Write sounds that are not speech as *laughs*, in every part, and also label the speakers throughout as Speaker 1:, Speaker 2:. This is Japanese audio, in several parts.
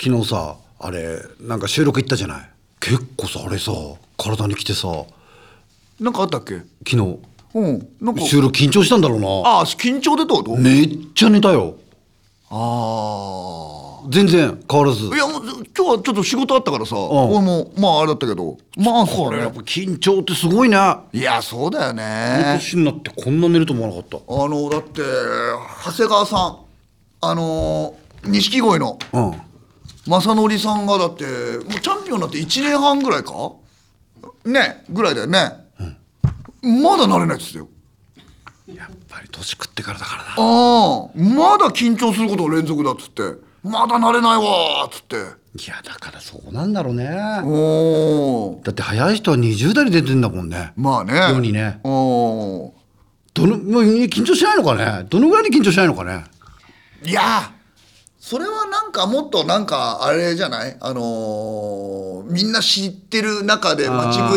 Speaker 1: 昨日さあれなんか収録行ったじゃない結構さあれさ体にきてさ
Speaker 2: なんかあったっけ
Speaker 1: 昨日
Speaker 2: うん。なんか、
Speaker 1: 収録緊張したんだろうな
Speaker 2: ああ、緊張でってこと、
Speaker 1: めっちゃ寝たよ
Speaker 2: あ
Speaker 1: 全然変わらず
Speaker 2: あ。いや、もう今日はちょっと仕事あったからさ、俺も、まああれだったけど、まあそ
Speaker 1: これや
Speaker 2: う
Speaker 1: っぱ緊張ってすごいねこ
Speaker 2: いや、そうだよ
Speaker 1: の
Speaker 2: ね。
Speaker 1: 年になってこんな寝ると思わなかっ
Speaker 2: あの、だって、長谷川さん、あのー、錦鯉の
Speaker 1: たうん
Speaker 2: 正則さんがだって、もうチャンピオンになって1年半ぐらいかね、ぐらいだよね。まだ慣れないっつってよ。
Speaker 1: やっぱり年食ってからだからな
Speaker 2: ああ、まだ緊張すること連続だっつって、まだ慣れないわーっつって。
Speaker 1: いやだからそうなんだろうね
Speaker 2: おお
Speaker 1: だって早い人は20代で出てんだもんね
Speaker 2: まあね
Speaker 1: 世にね
Speaker 2: おお
Speaker 1: どのもう緊張しないのかねどのぐらいで緊張しないのかね
Speaker 2: いやそれはなんかもっとなんかあれじゃないあのーみんな知ってる中で街ブ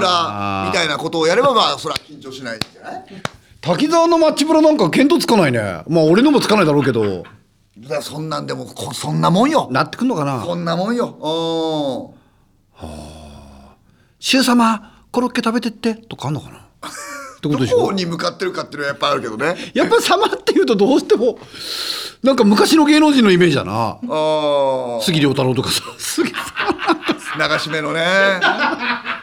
Speaker 1: あ
Speaker 2: ラ
Speaker 1: ー
Speaker 2: みたいなことをやればまあそれは緊張しないんじゃない
Speaker 1: 滝沢のマッチブラなんか見当つかないねまあ俺のもつかないだろうけど
Speaker 2: だからそんなんでもこそんなもんよ
Speaker 1: なってくんのかな
Speaker 2: こんなもんよお
Speaker 1: 「柊様コロッケ食べてって」とかあん *laughs* のかなってこと
Speaker 2: ど
Speaker 1: でしょ
Speaker 2: こに向かってるかっていうのはやっぱあるけどね
Speaker 1: やっぱ「様」っていうとどうしてもなんか昔の芸能人のイメージだな
Speaker 2: ああ
Speaker 1: 杉良太郎とか *laughs* さ杉さん
Speaker 2: 流し目
Speaker 1: *laughs*
Speaker 2: のね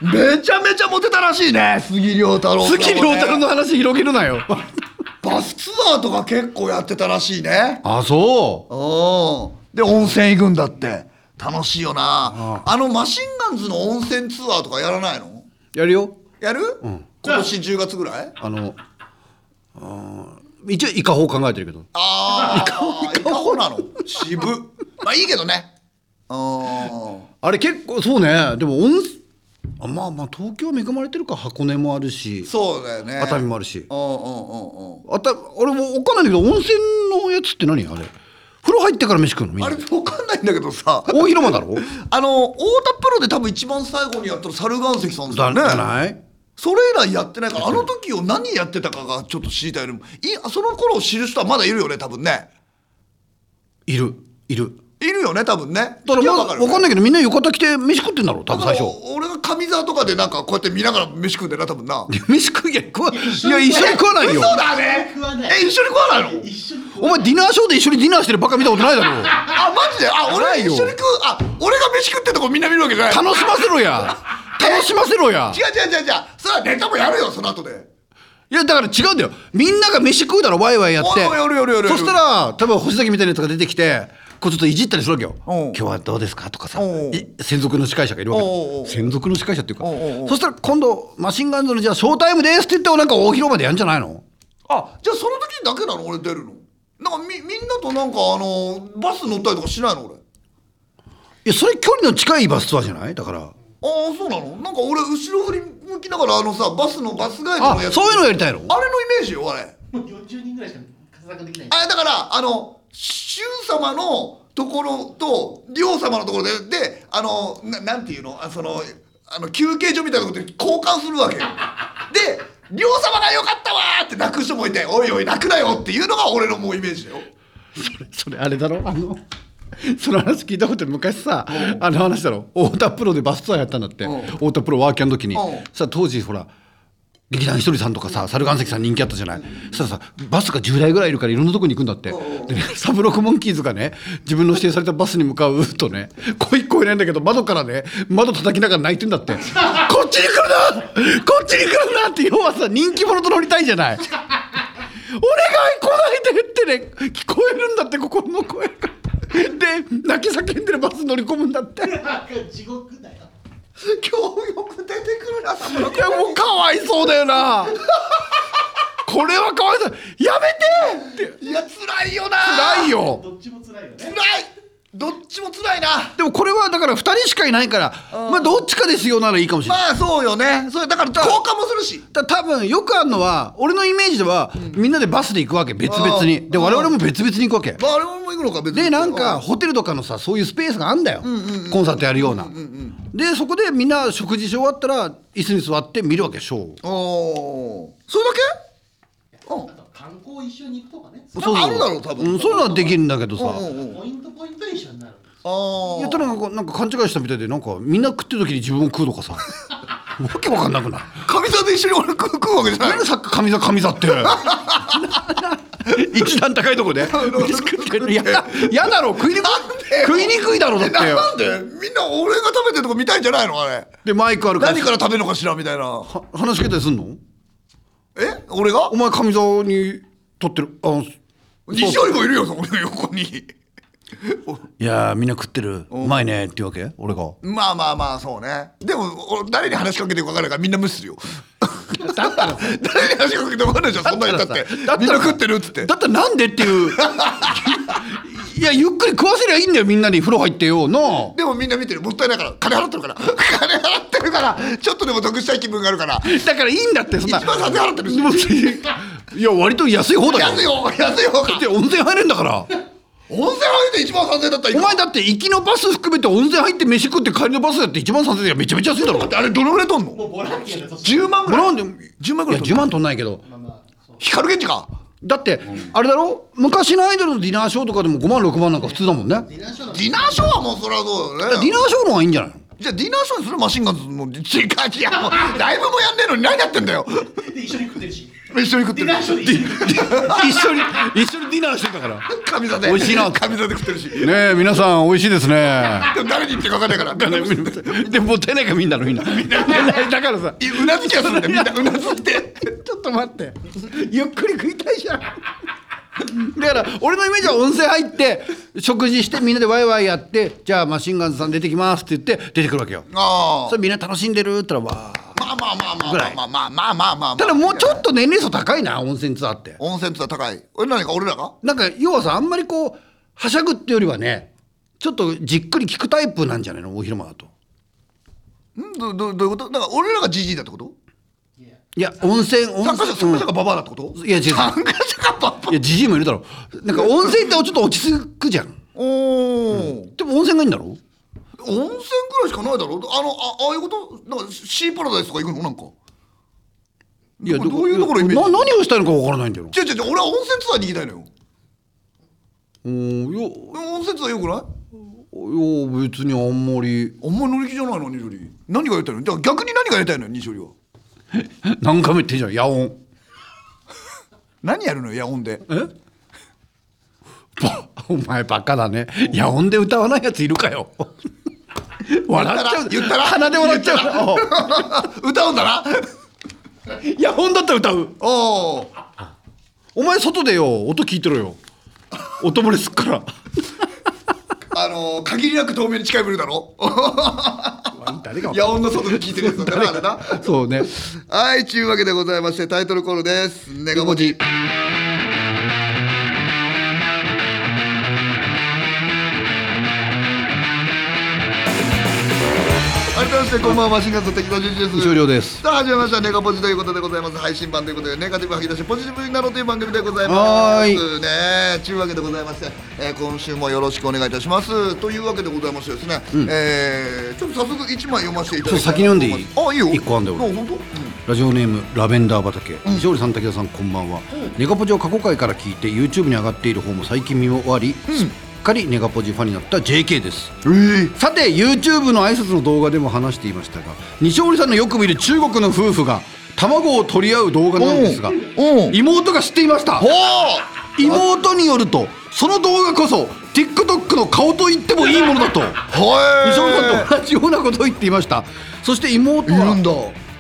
Speaker 2: めちゃめちゃモテたらしいね杉良太郎とかもね
Speaker 1: 杉良太郎の話広げるなよ
Speaker 2: バスツアーとか結構やってたらしいね。
Speaker 1: あそう
Speaker 2: おで温泉行くんだって楽しいよなあのマシンガンズの温泉ツアーとかやらないの
Speaker 1: やるよ
Speaker 2: やる、今年10月ぐらい
Speaker 1: あのあー一応イカ法考えてるけど
Speaker 2: ああいかほなの渋まあいいけどねあ
Speaker 1: あれ結構そうねでも温泉あまあまあ東京恵まれてるか箱根もあるし
Speaker 2: そうだよね
Speaker 1: 熱海もあるし
Speaker 2: うんうんうんうん
Speaker 1: あた俺も分かんないんだけど温泉のやつって何あれ風呂入ってから飯食うのみん
Speaker 2: あ
Speaker 1: な
Speaker 2: れ分かんないんだけどさ
Speaker 1: 大広間だろ
Speaker 2: あの太田プロで多分一番最後にやったの猿岩石さんですよ
Speaker 1: だ
Speaker 2: ね
Speaker 1: じゃない
Speaker 2: それ以来やってないからあの時を何やってたかがちょっと知りたいよねいその頃を知る人はまだいるよね多分ね
Speaker 1: いるいる
Speaker 2: いるよね多分ね
Speaker 1: だからまだ
Speaker 2: 聞きゃ
Speaker 1: 分かんないけどみんな浴衣着て飯食ってんだろ多分最初
Speaker 2: 俺が上座とかでなんかこうやって見ながら飯食うんだよな多分な
Speaker 1: 飯食いや食わいや一緒に食わないよ
Speaker 2: 嘘だね
Speaker 3: 食わない
Speaker 2: え一緒に食わないの
Speaker 1: お前ディナーショーで一緒にディナーしてるバカ見たことないだろ
Speaker 2: あマジであ俺が
Speaker 1: ない
Speaker 2: 一
Speaker 1: よ
Speaker 2: 緒に食うあ俺が飯食ってとこみんな見るわけじゃない
Speaker 1: 楽しませろや楽しませろや
Speaker 2: 違う違う違う違うそれはネタもやるよその後で
Speaker 1: いやだから違うんだよみんなが飯食うだろワイワイやって
Speaker 2: おいおいおいおいおいおい
Speaker 1: そしたら多分星崎みたいなやつが出てきてこうちょっといじったりするわけよ「
Speaker 2: うん
Speaker 1: 今日はどうですか?」とかさ
Speaker 2: うん
Speaker 1: い専属の司会者がいるわけ
Speaker 2: おうおうお
Speaker 1: よ
Speaker 2: う
Speaker 1: 専属の司会者っていうか
Speaker 2: おうおうおう
Speaker 1: そしたら今度マシンガンズのじゃあショータイムですって言ってもなんか大広場でやんじゃないの
Speaker 2: あじゃあその時だけなの俺出るのなんかみみんなとなんかあのバス乗ったりとかしないの俺
Speaker 1: いやそれ距離の近いバスツアーじゃないだから
Speaker 2: ああそうなのなんか俺後ろ振り向きながらあのさバスのバスガイド
Speaker 1: あ
Speaker 2: のやつ
Speaker 1: そういうのやりたいの
Speaker 2: あれのイメージよあれ
Speaker 3: もう40人ぐらいしか活躍できない。
Speaker 2: あれだからあの柊様のところと亮様のところでであのななんていうのあそのあの休憩所みたいなとこで交換する
Speaker 1: *laughs*
Speaker 2: わけよで亮様が良かったわーって泣く人もいておいおい泣くなよっていうのが俺のもうイメージだよ
Speaker 1: それあれだろあのその話聞いたこと昔さあの話だろ太田プロでバスツアーやったんだって
Speaker 2: うん
Speaker 1: 太田プロワーキャンの時に
Speaker 2: うん
Speaker 1: さ当時ほら劇団ひとりさんとかさ猿岩石さん人気あったじゃないそしたらさバスが10台ぐらいいるからいろんなとこに行くんだってでねサブロックモンキーズがね自分の指定されたバスに向かうとね声聞こえないんだけど窓からね窓叩きながら泣いてんだ *laughs* ってこっちに来るなこっちに来るなって要はさ人気者と乗りたいじゃない。お願い来ないでってね聞こえるんだって心の声がで泣き叫んでるバス乗り込むんだっていや
Speaker 3: 地獄だよ。
Speaker 2: 今日よく出てくるな佐村君
Speaker 1: もうかわいそうだよなこれはかわいそうやめてって
Speaker 2: いや辛いよな
Speaker 1: 辛いよ
Speaker 3: どっちも辛いよ
Speaker 2: 辛
Speaker 3: ね。
Speaker 2: いどっちも辛いな
Speaker 1: でもこれはだから2人しかいないからまあどっちかですよならいいかもしれない、
Speaker 2: まあそうよねそれだから交換もするし
Speaker 1: だ多分よくあるのは俺のイメージでは、みんなでバスで行くわけ別々
Speaker 2: あ
Speaker 1: に
Speaker 2: ー
Speaker 1: で我々も別々に行くわけ
Speaker 2: まああれも行くのか別に
Speaker 1: でなんか
Speaker 2: あ
Speaker 1: ホテルとかのさそういうスペースがあんだよ、コンサートやるような、でそこでみんな食事し終わったら椅子に座って見るわけショーを
Speaker 2: あーそれだけうん
Speaker 3: あと観光一緒に行くとかね。
Speaker 2: あるだろう多分
Speaker 1: んそういうのはできるんだけどさ、
Speaker 2: うんうんうん
Speaker 3: ポイントポイント一緒になる。
Speaker 2: あ
Speaker 1: いや
Speaker 2: あ
Speaker 1: ただなんかなんか勘違いしたみたいでなんかみんな食ってる時に自分も食うとか *laughs* さわけわかんなくない
Speaker 2: かみさんと一緒に俺食う食うわけじゃない
Speaker 1: 何さっき神座神座って *laughs* 一段高いとこで飯食ってるいや嫌だろ食いにくい食いにくいだろだって
Speaker 2: *laughs* なんでみんな俺が食べてるとこ見たいんじゃないのあれ
Speaker 1: でマイクあるから
Speaker 2: 何から食べるのかしらみたい *laughs* な
Speaker 1: は話しかけたりすんの
Speaker 2: え俺が
Speaker 1: お前神座に取ってるあ
Speaker 2: 西よりもいるよそこの横に
Speaker 1: いやーみんな食ってるうまいねっていうわけ俺が
Speaker 2: まあまあまあそうねでも俺誰に話しかけてるか分からないからみんな無視す *laughs* るよ
Speaker 1: だ *laughs* ったら
Speaker 2: 誰に話しかけても分かんないじゃんそんなん言ったっ
Speaker 1: だ
Speaker 2: て
Speaker 1: ったらさ
Speaker 2: みんな食ってるっつって
Speaker 1: だったらなんでっていう *laughs* いやゆっくり食わせりゃいいんだよみんなに風呂入ってよなあ
Speaker 2: でもみんな見てるもったいないから金払ってるから *laughs* 金払ってるからちょっとでも得したい気分があるから
Speaker 1: だからいいんだってそんな
Speaker 2: 一番金払ってるし
Speaker 1: でもいや割と安い方だよ
Speaker 2: 安いよ安いよ
Speaker 1: だって温泉入れんだから
Speaker 2: 温泉入って1万3000円だったら
Speaker 1: お
Speaker 2: 行く
Speaker 1: 前だって行きのバス含めて温泉入って飯食って帰りのバスだって1万3000円めちゃめちゃ安いだろ
Speaker 2: だってあれどのぐらい取ん
Speaker 3: も
Speaker 2: の
Speaker 3: うボランティアで年
Speaker 2: 10万ぐらい
Speaker 1: なんで
Speaker 2: 10万ぐらい
Speaker 1: いや10万取んないけど
Speaker 3: まあまあそう
Speaker 2: 光源氏か
Speaker 1: だってあれだろ昔のアイドルのディナーショーとかでも5万6万なんか普通だもんね
Speaker 3: ディナーショーだ
Speaker 2: ディナーショーはもうそれはそうだ
Speaker 1: ディ
Speaker 2: よね
Speaker 1: ナーショーの方がいいんじゃないの
Speaker 2: じゃあディナーショーにするマシンガンズの時間いやもうライブもやんねえのに何やってんだよ
Speaker 3: で一緒に食ってるし
Speaker 2: 一緒に食って
Speaker 3: デ
Speaker 2: る
Speaker 3: ィナーショーで一緒に *laughs* 食ってる
Speaker 1: *laughs* 一緒に一緒にディナーしてたから
Speaker 2: 神座で
Speaker 1: 美味しいな
Speaker 2: 神座で食ってるしで
Speaker 1: ねえ皆さん美味しいですね
Speaker 2: も誰に言ってか分かんないからみんな無視
Speaker 1: *laughs* でもったいないからみんなのみんな *laughs* だからさ
Speaker 2: うなずきはするんだよみんなうなずいて
Speaker 1: ちょっと待ってゆっくり食いたいじゃんだから俺のイメージは温泉入って食事してみんなでワイワイやってじゃあマシンガンズさん出てきますって言って出てくるわけよ
Speaker 2: あ
Speaker 1: それみんな楽しんでるって言ったらわー
Speaker 2: あまあまあまあまあ
Speaker 1: ぐらい
Speaker 2: まあまあまあまあまあ
Speaker 1: ただもうちょっと年齢層高いな温泉ツアーって
Speaker 2: 温泉って高い俺何か俺らが
Speaker 1: なんか要はさあんまりこうはしゃぐってよりはねちょっとじっくり聞くタイプなんじゃないの大広間だと
Speaker 2: んどどどういうことだから俺らがジジイだってこと
Speaker 3: いや
Speaker 1: いや温泉温
Speaker 2: 参加
Speaker 1: 泉
Speaker 2: 者参加者がババアだってこと
Speaker 1: いや違う違
Speaker 2: *laughs*
Speaker 1: う
Speaker 2: 参加者がババア
Speaker 1: いやじじいもいるだろなんか温泉ってちょっと落ち着くじゃん
Speaker 2: おお、
Speaker 1: でも温泉がいいんだろ
Speaker 2: 温泉ぐらいしかないだろあのあああいうことなんかシーパラダイスとか行くのなんか
Speaker 1: いや
Speaker 2: どどういうところイメージ
Speaker 1: な何をしたいのかわからないんだよ
Speaker 2: 違う違う違う俺は温泉ツアーに行きたいのよ
Speaker 1: うんいやい
Speaker 2: 温泉ツアーよくない
Speaker 1: や別にあんまり
Speaker 2: あんまり乗り気じゃないの西織何がやりたいのだから逆に何がやりたいのよ西織は
Speaker 1: 何回も言ってんじゃん野音 *laughs*
Speaker 2: 何やるのよ夜音で
Speaker 1: えばお前バカだね野音で歌わないやついるかよ笑っちゃう
Speaker 2: 言ったら
Speaker 1: 鼻で笑っちゃう
Speaker 2: *laughs* 歌うんだな
Speaker 1: うん野音だったら歌う
Speaker 2: おお
Speaker 1: お前外でよ音聞いてろよ音漏れすっから
Speaker 2: あのー、限りなく透明に近いブルーだろ *laughs*
Speaker 1: 誰が
Speaker 2: 夜音の外で聞いてるやつだなあれな
Speaker 1: そうね
Speaker 2: はいちゅうわけでございましてタイトルコールですネガポジ改めましてこんばんはマシンガンズの敵のじじです
Speaker 1: 終了です
Speaker 2: さあ始めましたネガポジということでございます配信版ということでネガティブ吐き出しポジティブになろうという番組でございます
Speaker 1: はーい
Speaker 2: ねちゅうわけでございまして、えー今週もよろしくお願いいたしますというわけでございましてですね、えーちょっと早速一枚読ませていただきたいと思います
Speaker 1: そう先に読んでいい
Speaker 2: あいいよ
Speaker 1: 一個あんだよ俺
Speaker 2: あ本当うん
Speaker 1: ラジオネームラベンダー畑、勝利さん武田さんこんばんは、ネガポジを過去回から聞いて YouTube に上がっている方も最近見終わり、すっかりネガポジファンになった JK です
Speaker 2: え
Speaker 1: さて YouTube の挨拶の動画でも話していましたが西堀さんのよく見る中国の夫婦が卵を取り合う動画なんですが
Speaker 2: おう
Speaker 1: 妹が知っていました
Speaker 2: お
Speaker 1: 妹によるとその動画こそ TikTok の顔と言ってもいいものだと
Speaker 2: はい
Speaker 1: 西堀さんと同じようなことを言っていましたそして妹はい
Speaker 2: るんだ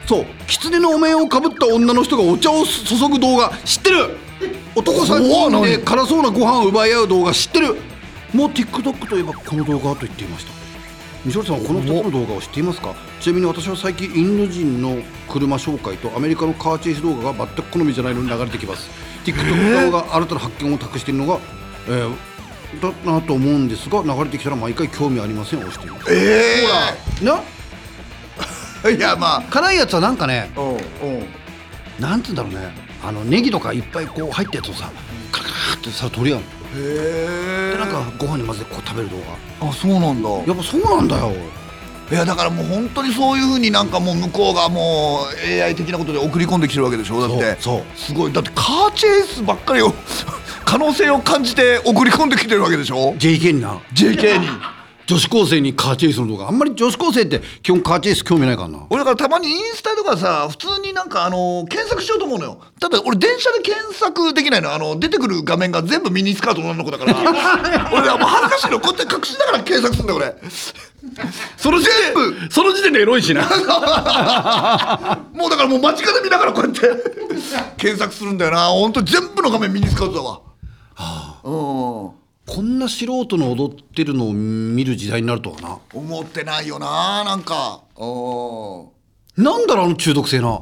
Speaker 1: そう狐のお面をかぶった女の人がお茶を注ぐ動画知ってる男3
Speaker 2: お
Speaker 1: 人
Speaker 2: お
Speaker 1: で
Speaker 2: 何
Speaker 1: 辛そうなご飯を奪い合う動画知ってるもう TikTok といえばこの動画と言っていました西堀さんはこの2つの動画を知っていますかちなみに私は最近インド人の車紹介とアメリカのカーチェイス動画が全く好みじゃないのに流れてきます TikTok 動画が新たな発見を託しているのが、えーだなと思うんですが流れてきたら毎回興味ありませんを押しています
Speaker 2: え
Speaker 1: ない
Speaker 2: えいやまあ
Speaker 1: 辛いやつはなんかね
Speaker 2: うんうん
Speaker 1: なんつうんだろうねあのネギとかいっぱいこう入ったやつをさカラカラってさ取り合うの
Speaker 2: へえ
Speaker 1: でなんかご飯に混ぜてこう食べる動画
Speaker 2: あそうなんだ
Speaker 1: やっぱそうなんだよ
Speaker 2: いやだからもう本当にそういうふうになんかもう向こうがもう AI 的なことで送り込んできてるわけでしょだって
Speaker 1: そうそう
Speaker 2: すごいだってカーチェイスばっかり *laughs* を可能性を感じて送り込んできてるわけでしょ
Speaker 1: JK にな
Speaker 2: JK に
Speaker 1: 女子高生にカーチェイスの動画あんまり女子高生って基本カーチェイス興味ないからな
Speaker 2: 俺だからたまにインスタとかさ普通になんかあの検索しようと思うのよただ俺電車で検索できないのあの出てくる画面が全部ミニスカートの女の子
Speaker 1: *laughs*
Speaker 2: だから俺はもう恥ずかしいのこうやって隠しながら検索するんだよ俺
Speaker 1: *laughs* その時点でその時点でエロいしな
Speaker 2: *laughs* もうだからもう間近で見ながらこうやって検索するんだよなほんと全部の画面ミニスカートだわうん
Speaker 1: こんな素人の踊ってるのを見る時代になるとはな
Speaker 2: 思ってないよななんかうん
Speaker 1: なんだろうあの中毒性な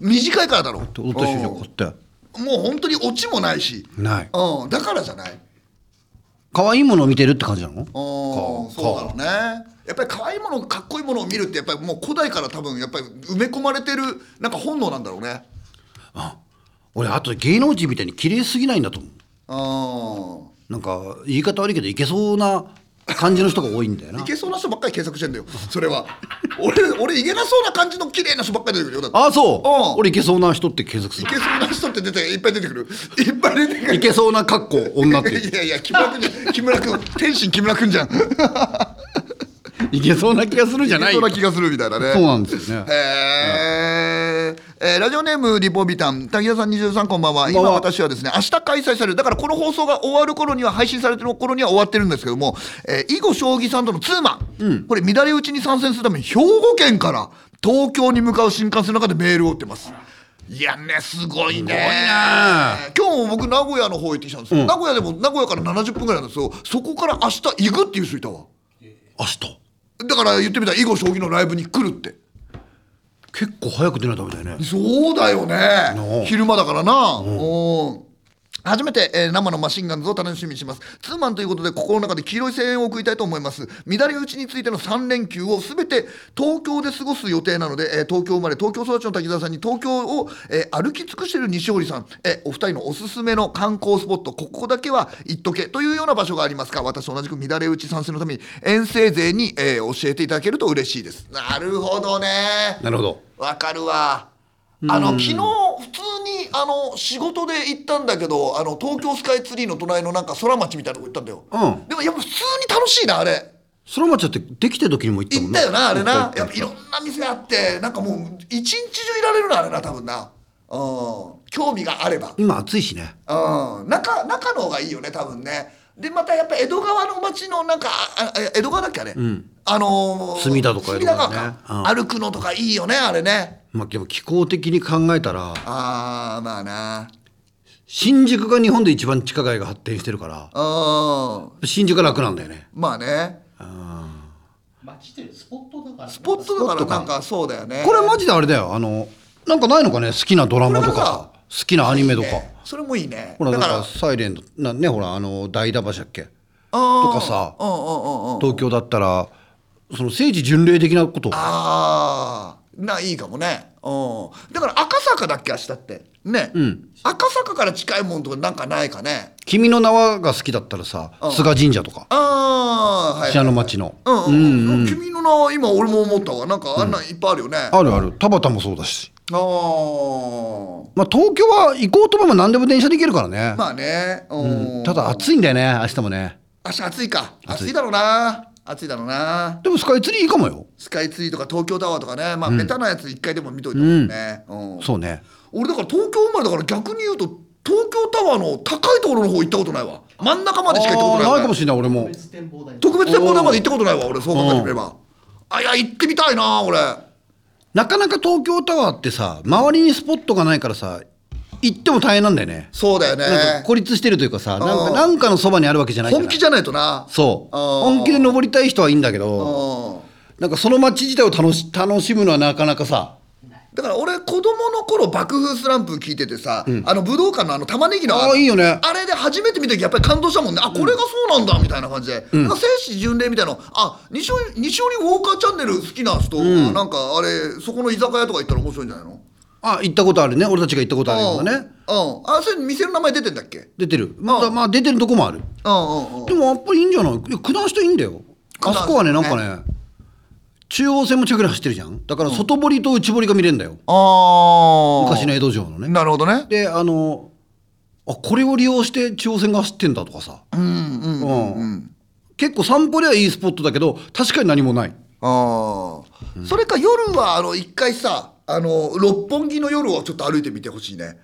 Speaker 2: 短いからだろ
Speaker 1: 踊った瞬間こうやって
Speaker 2: うんもう本当にオチもないし、
Speaker 1: ない
Speaker 2: うん、だからじゃない
Speaker 1: 可愛いものを見てるって感じなの
Speaker 2: うん
Speaker 1: か
Speaker 2: そうだろうねやっぱり可愛いものかっこいいものを見るってやっぱりもう古代から多分やっぱり埋め込まれてるなんか本能なんだろうね
Speaker 1: 俺あと芸能人みたいに綺麗すぎないんだと思う
Speaker 2: う
Speaker 1: なんか言い方悪いけどいけそうな感じの人が多いんだよ
Speaker 2: んい
Speaker 1: な
Speaker 2: けそうな人ばっかり検索してんだよそれは *laughs* 俺俺いけなそうな感じの綺麗な人ばっかり出てくるよだって
Speaker 1: ああそう、
Speaker 2: うん
Speaker 1: 俺いけそうな人って検索す
Speaker 2: い
Speaker 1: る
Speaker 2: けそうな人って出ていっぱい出てくるいっぱい出てく
Speaker 1: い
Speaker 2: る
Speaker 1: けそうな格好女って
Speaker 2: いやいや木村君じゃん木村君天心木村君じゃん
Speaker 1: いけそうな気がするんじゃない
Speaker 2: そんな気がするみたいなね
Speaker 1: そうなんですよね
Speaker 2: えーえーラジオネームリボビタン滝田さん23こんばんは
Speaker 1: んばんは
Speaker 2: 今私はですね明日開催されるだからこの放送が終わる頃には配信されてる頃には終わってるんですけども、えー囲碁将棋さんとのツーマン、これ乱れ打ちに参戦するために兵庫県から東京に向かう新幹線の中でメールを打ってますいやねすごいね今日も僕名古屋の方行ってきたんですよ、名古屋でも名古屋から70分ぐらいなんですよそこから明日行くっていう人いたわ
Speaker 1: 明日
Speaker 2: だから言ってみたら囲碁将棋のライブに来るって
Speaker 1: 結構早く出ないとダメだよね
Speaker 2: そうだよ
Speaker 1: な
Speaker 2: ね
Speaker 1: あ
Speaker 2: 昼間だからな、うん初めて、えー生のマシンガンズを楽しみにしますツーマンということで心の中で黄色い声援を送りたいと思います乱れ打ちについての3連休を全て東京で過ごす予定なので、えー東京生まれ東京育ちの滝沢さんに東京を、えー歩き尽くしている西堀さん、えーお二人のおすすめの観光スポットここだけは行っとけというような場所がありますか私と同じく乱れ打ち参戦のために遠征勢に、えー教えていただけると嬉しいですなるほどね
Speaker 1: なるほど
Speaker 2: わかるわ。あの昨日普通にあの仕事で行ったんだけどあの東京スカイツリーの隣のなんか空町みたいなとこ行ったんだよ、
Speaker 1: うん
Speaker 2: でもやっぱ普通に楽しいなあれ
Speaker 1: 空町だってできてる時にも行ったも
Speaker 2: 行
Speaker 1: ん
Speaker 2: っ
Speaker 1: ね
Speaker 2: たよなあれ
Speaker 1: 行
Speaker 2: な
Speaker 1: った
Speaker 2: やっぱいろんな店あってなんかもう一日中いられるなあれな多分なうん興味があれば
Speaker 1: 今暑いしね
Speaker 2: うん中中の方がいいよね多分ねでまたやっぱ江戸川の町のなんかああ江戸川だっけあれ、あのー、
Speaker 1: 隅田とか江
Speaker 2: 隅
Speaker 1: 戸
Speaker 2: 田
Speaker 1: 川
Speaker 2: 川
Speaker 1: ね
Speaker 2: か、歩くのとかいいよねあれね
Speaker 1: まあでも気候的に考えたら
Speaker 2: ああまあな
Speaker 1: 新宿が日本で一番地下街が発展してるから
Speaker 2: うん
Speaker 1: 新宿は楽なんだよね
Speaker 2: まあね
Speaker 3: 街ってスポットだから。ス
Speaker 2: ポットだからなんかそうだよね
Speaker 1: これマジであれだよあのなんかないのかね好きなドラマと
Speaker 2: これな
Speaker 1: か
Speaker 2: んか
Speaker 1: 好きなアニメとか
Speaker 2: ねそれもいいね
Speaker 1: ほらな
Speaker 2: だ
Speaker 1: んか
Speaker 2: か
Speaker 1: らサイレントなねほらあの代田橋だっけ
Speaker 2: と
Speaker 1: とかさ
Speaker 2: うんうんうんうん
Speaker 1: 東京だったらその聖地巡礼的なことを
Speaker 2: ああないいかもねうんだから赤坂だっけ明日ってね、赤坂から近いもんとかなんかないかね
Speaker 1: 「君の名は」が好きだったらさ菅神社とか
Speaker 2: ああはい
Speaker 1: 信濃町の
Speaker 2: うんうん、うん君の名は今俺も思ったわなんかあんなんいっぱいあるよね、あ
Speaker 1: あるある田畑もそうだし
Speaker 2: あ
Speaker 1: まあ東京は行こうと思えば何でも電車で行けるからね
Speaker 2: まあねうん、
Speaker 1: ただ暑いんだよね明日もね
Speaker 2: 明日暑いか暑いだろうな暑いだろうな
Speaker 1: でもスカイツリーいいかもよ
Speaker 2: スカイツリーとか東京タワーとかね、まあ、ベタなやつ一回でも見といたもんね、うん
Speaker 1: そうね
Speaker 2: 俺だから東京生まれだから逆に言うと東京タワーの高いところの方行ったことないわ真ん中までしか行った
Speaker 1: あ
Speaker 2: こ
Speaker 1: ー
Speaker 2: とない
Speaker 1: な
Speaker 2: わ
Speaker 1: いかもしれない俺も
Speaker 3: 別展望台。
Speaker 2: 特別展望台まで行ったことないわ俺そう考えてみればあいや行ってみたいな俺
Speaker 1: なかなか東京タワーってさ周りにスポットがないからさ行っても大変なんだよね
Speaker 2: そうだよ
Speaker 1: なん
Speaker 2: ね
Speaker 1: か孤立してるというかさなん
Speaker 2: う
Speaker 1: か
Speaker 2: ん
Speaker 1: なんかのそばにあるわけじゃないじゃ
Speaker 2: 本
Speaker 1: ない
Speaker 2: 気じゃないとな
Speaker 1: そう
Speaker 2: うん
Speaker 1: 本気で登りたい人はいいんだけど
Speaker 2: うん
Speaker 1: なんかその街自体を楽し楽しむのはなかなかさ
Speaker 2: だから俺子供の頃爆風スランプ聞いててさ、あの武道館のあの玉ねぎの
Speaker 1: あーいいよね
Speaker 2: あれで初めて見た時やっぱり感動したもんねあこれがそうなんだみたいな感じで、なんか聖地巡礼みたいなあ西尾西尾にウォーカーチャンネル好きな人、なんかあれそこの居酒屋とか行ったら面白いんじゃないの
Speaker 1: あ行ったことあるね俺たちが行ったことあるようなね
Speaker 2: うんうんあそれ店の名前出てんだっけ
Speaker 1: 出てるまだまあ出てるとこもある
Speaker 2: うんうんうん
Speaker 1: でもやっぱりいいんじゃないいや九段下いいんだよ
Speaker 2: 段
Speaker 1: あ
Speaker 2: 下
Speaker 1: そこはねなんかね中央線も近くらい走ってるじゃんだから外堀と内堀が見れるんだよ
Speaker 2: あ
Speaker 1: 昔の江戸城のね
Speaker 2: なるほどね
Speaker 1: であのあこれを利用して中央線が走ってんだとかさ、
Speaker 2: うんうん
Speaker 1: うん結構散歩ではいいスポットだけど確かに何もない
Speaker 2: ああ、それか夜はあの一回さあの六本木の夜をちょっと歩いてみてほしいね、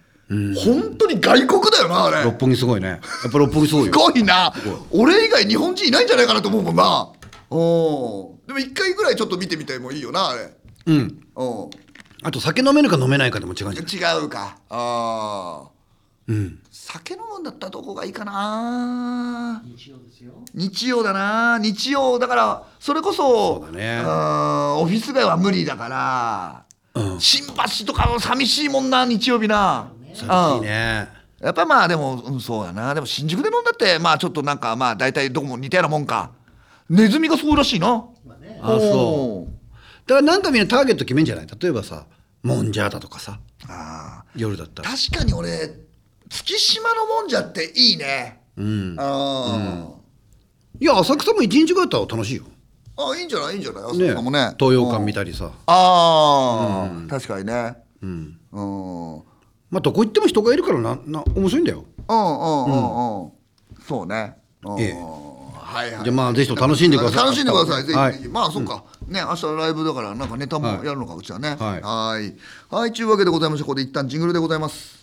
Speaker 2: 本当に外国だよなあれ
Speaker 1: 六本木すごいねやっぱ六本木すごい
Speaker 2: す
Speaker 1: よ
Speaker 2: ごいな俺以外日本人いないんじゃないかなと思うもんなうんでも一回ぐらいちょっと見てみてもいいよなあれ
Speaker 1: うん
Speaker 2: うん
Speaker 1: あと酒飲めるか飲めないかでも違うんじゃない
Speaker 2: 違うかああ
Speaker 1: うん
Speaker 2: 酒飲むんだったらどこがいいかな
Speaker 3: 日曜ですよ。
Speaker 2: 日曜だな日曜だからそれこそ
Speaker 1: そうだね
Speaker 2: うんオフィス街は無理だから
Speaker 1: うん
Speaker 2: 新橋とかも寂しいもんな日曜日な、
Speaker 1: 寂しい
Speaker 2: うん
Speaker 1: ね
Speaker 2: やっぱまあでも、うん、そうやなでも新宿で飲んだってまあちょっとなんかまあ大体どこも似たようなもんかネズミがそうらしいな
Speaker 3: まあね。
Speaker 1: あそう
Speaker 2: う
Speaker 1: だからなんかみんなターゲット決めんじゃない例えばさもんじゃだとかさ
Speaker 2: あー
Speaker 1: 夜だったら
Speaker 2: 確かに俺月島のもんじゃっていいね
Speaker 1: うん
Speaker 2: あ
Speaker 1: いや浅草も一日ぐらいだったら楽しいよ
Speaker 2: ー、あいいんじゃないいいんじゃないあそ
Speaker 1: ね
Speaker 2: こもね
Speaker 1: 東洋館見
Speaker 2: たい
Speaker 1: たりさ
Speaker 2: ああ、確かにね
Speaker 1: うん
Speaker 2: うんうん
Speaker 1: まあどこ行っても人がいるからなな面白いんだよ
Speaker 2: うんうんうんそうねうん
Speaker 1: ええ
Speaker 2: はいはい
Speaker 1: じゃあまあぜひとも楽しんでください
Speaker 2: 楽しんでください。ぜひ
Speaker 1: はい
Speaker 2: ぜひ。まあそうか。ね明日ライブだからなんかネタもやるのかうちはね。
Speaker 1: はい
Speaker 2: はい。はいというわけでございましてここで一旦ジングルでございます。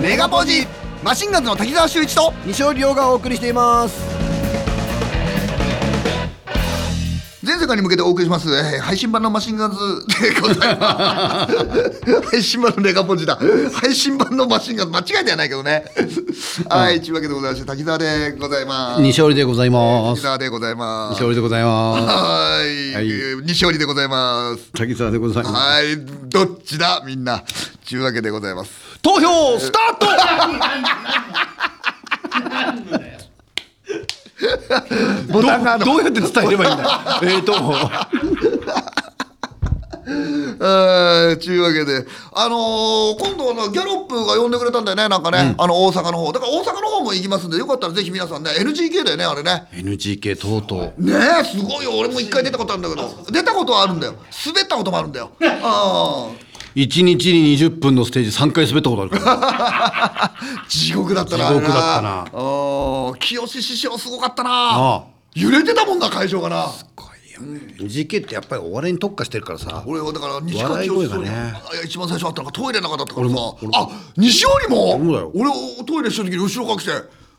Speaker 2: メガポージマシンガンズの滝沢秀一と
Speaker 1: 西尾亮がお送りしています
Speaker 2: 全世界に向けてお送りします、えー配信版のマシンガンズでございます。 *laughs* 配信版のメガポンジだ。配信版のマシンガンズ、間違いではないけどね。はい、というわけでございまして、滝沢でございます。
Speaker 1: 西尾でございま
Speaker 2: 滝
Speaker 1: す
Speaker 2: 沢でございます
Speaker 1: 西。尾でござい
Speaker 2: *laughs*
Speaker 1: ます
Speaker 2: はい、
Speaker 1: はい
Speaker 2: えー西織でございます。
Speaker 1: 滝沢でございます
Speaker 2: はい、どっちだ、みんな。というわけでございます。
Speaker 1: 投票スタート
Speaker 3: 何部だ
Speaker 2: *laughs*
Speaker 3: よ。
Speaker 1: どどうやって伝えればいいんだえっと
Speaker 2: はい、というわけで、あのー今度のギャロップが呼んでくれたんだよね、なんかね、あの大阪の方。だから大阪の方も行きますんで、よかったらぜひ皆さんね、NGK だよね、あれね。
Speaker 1: NGK とうとう
Speaker 2: ねえすごいよ俺も一回出たことあるんだけど出たことはあるんだよ滑ったこともあるん
Speaker 1: *laughs*
Speaker 2: だよあ
Speaker 1: 一日に20分のステージ3回滑ったことある
Speaker 2: *laughs*
Speaker 1: から
Speaker 2: あ地獄だったなあれ
Speaker 1: 地獄だったな
Speaker 2: ああ清志師匠すごかったな
Speaker 1: あ
Speaker 2: 揺れてたもんな会場がな
Speaker 1: NGK ってやっぱりお笑いに特化してるからさ
Speaker 2: 俺はだから西川
Speaker 1: 笑い
Speaker 2: 清
Speaker 1: 声が
Speaker 2: 志師匠
Speaker 1: ね
Speaker 2: にあいや一番最初会ったのがトイレなかったからさ
Speaker 1: 俺も俺も
Speaker 2: あ西尾にも
Speaker 1: そうだよ
Speaker 2: 俺おトイレした時に後ろ隠して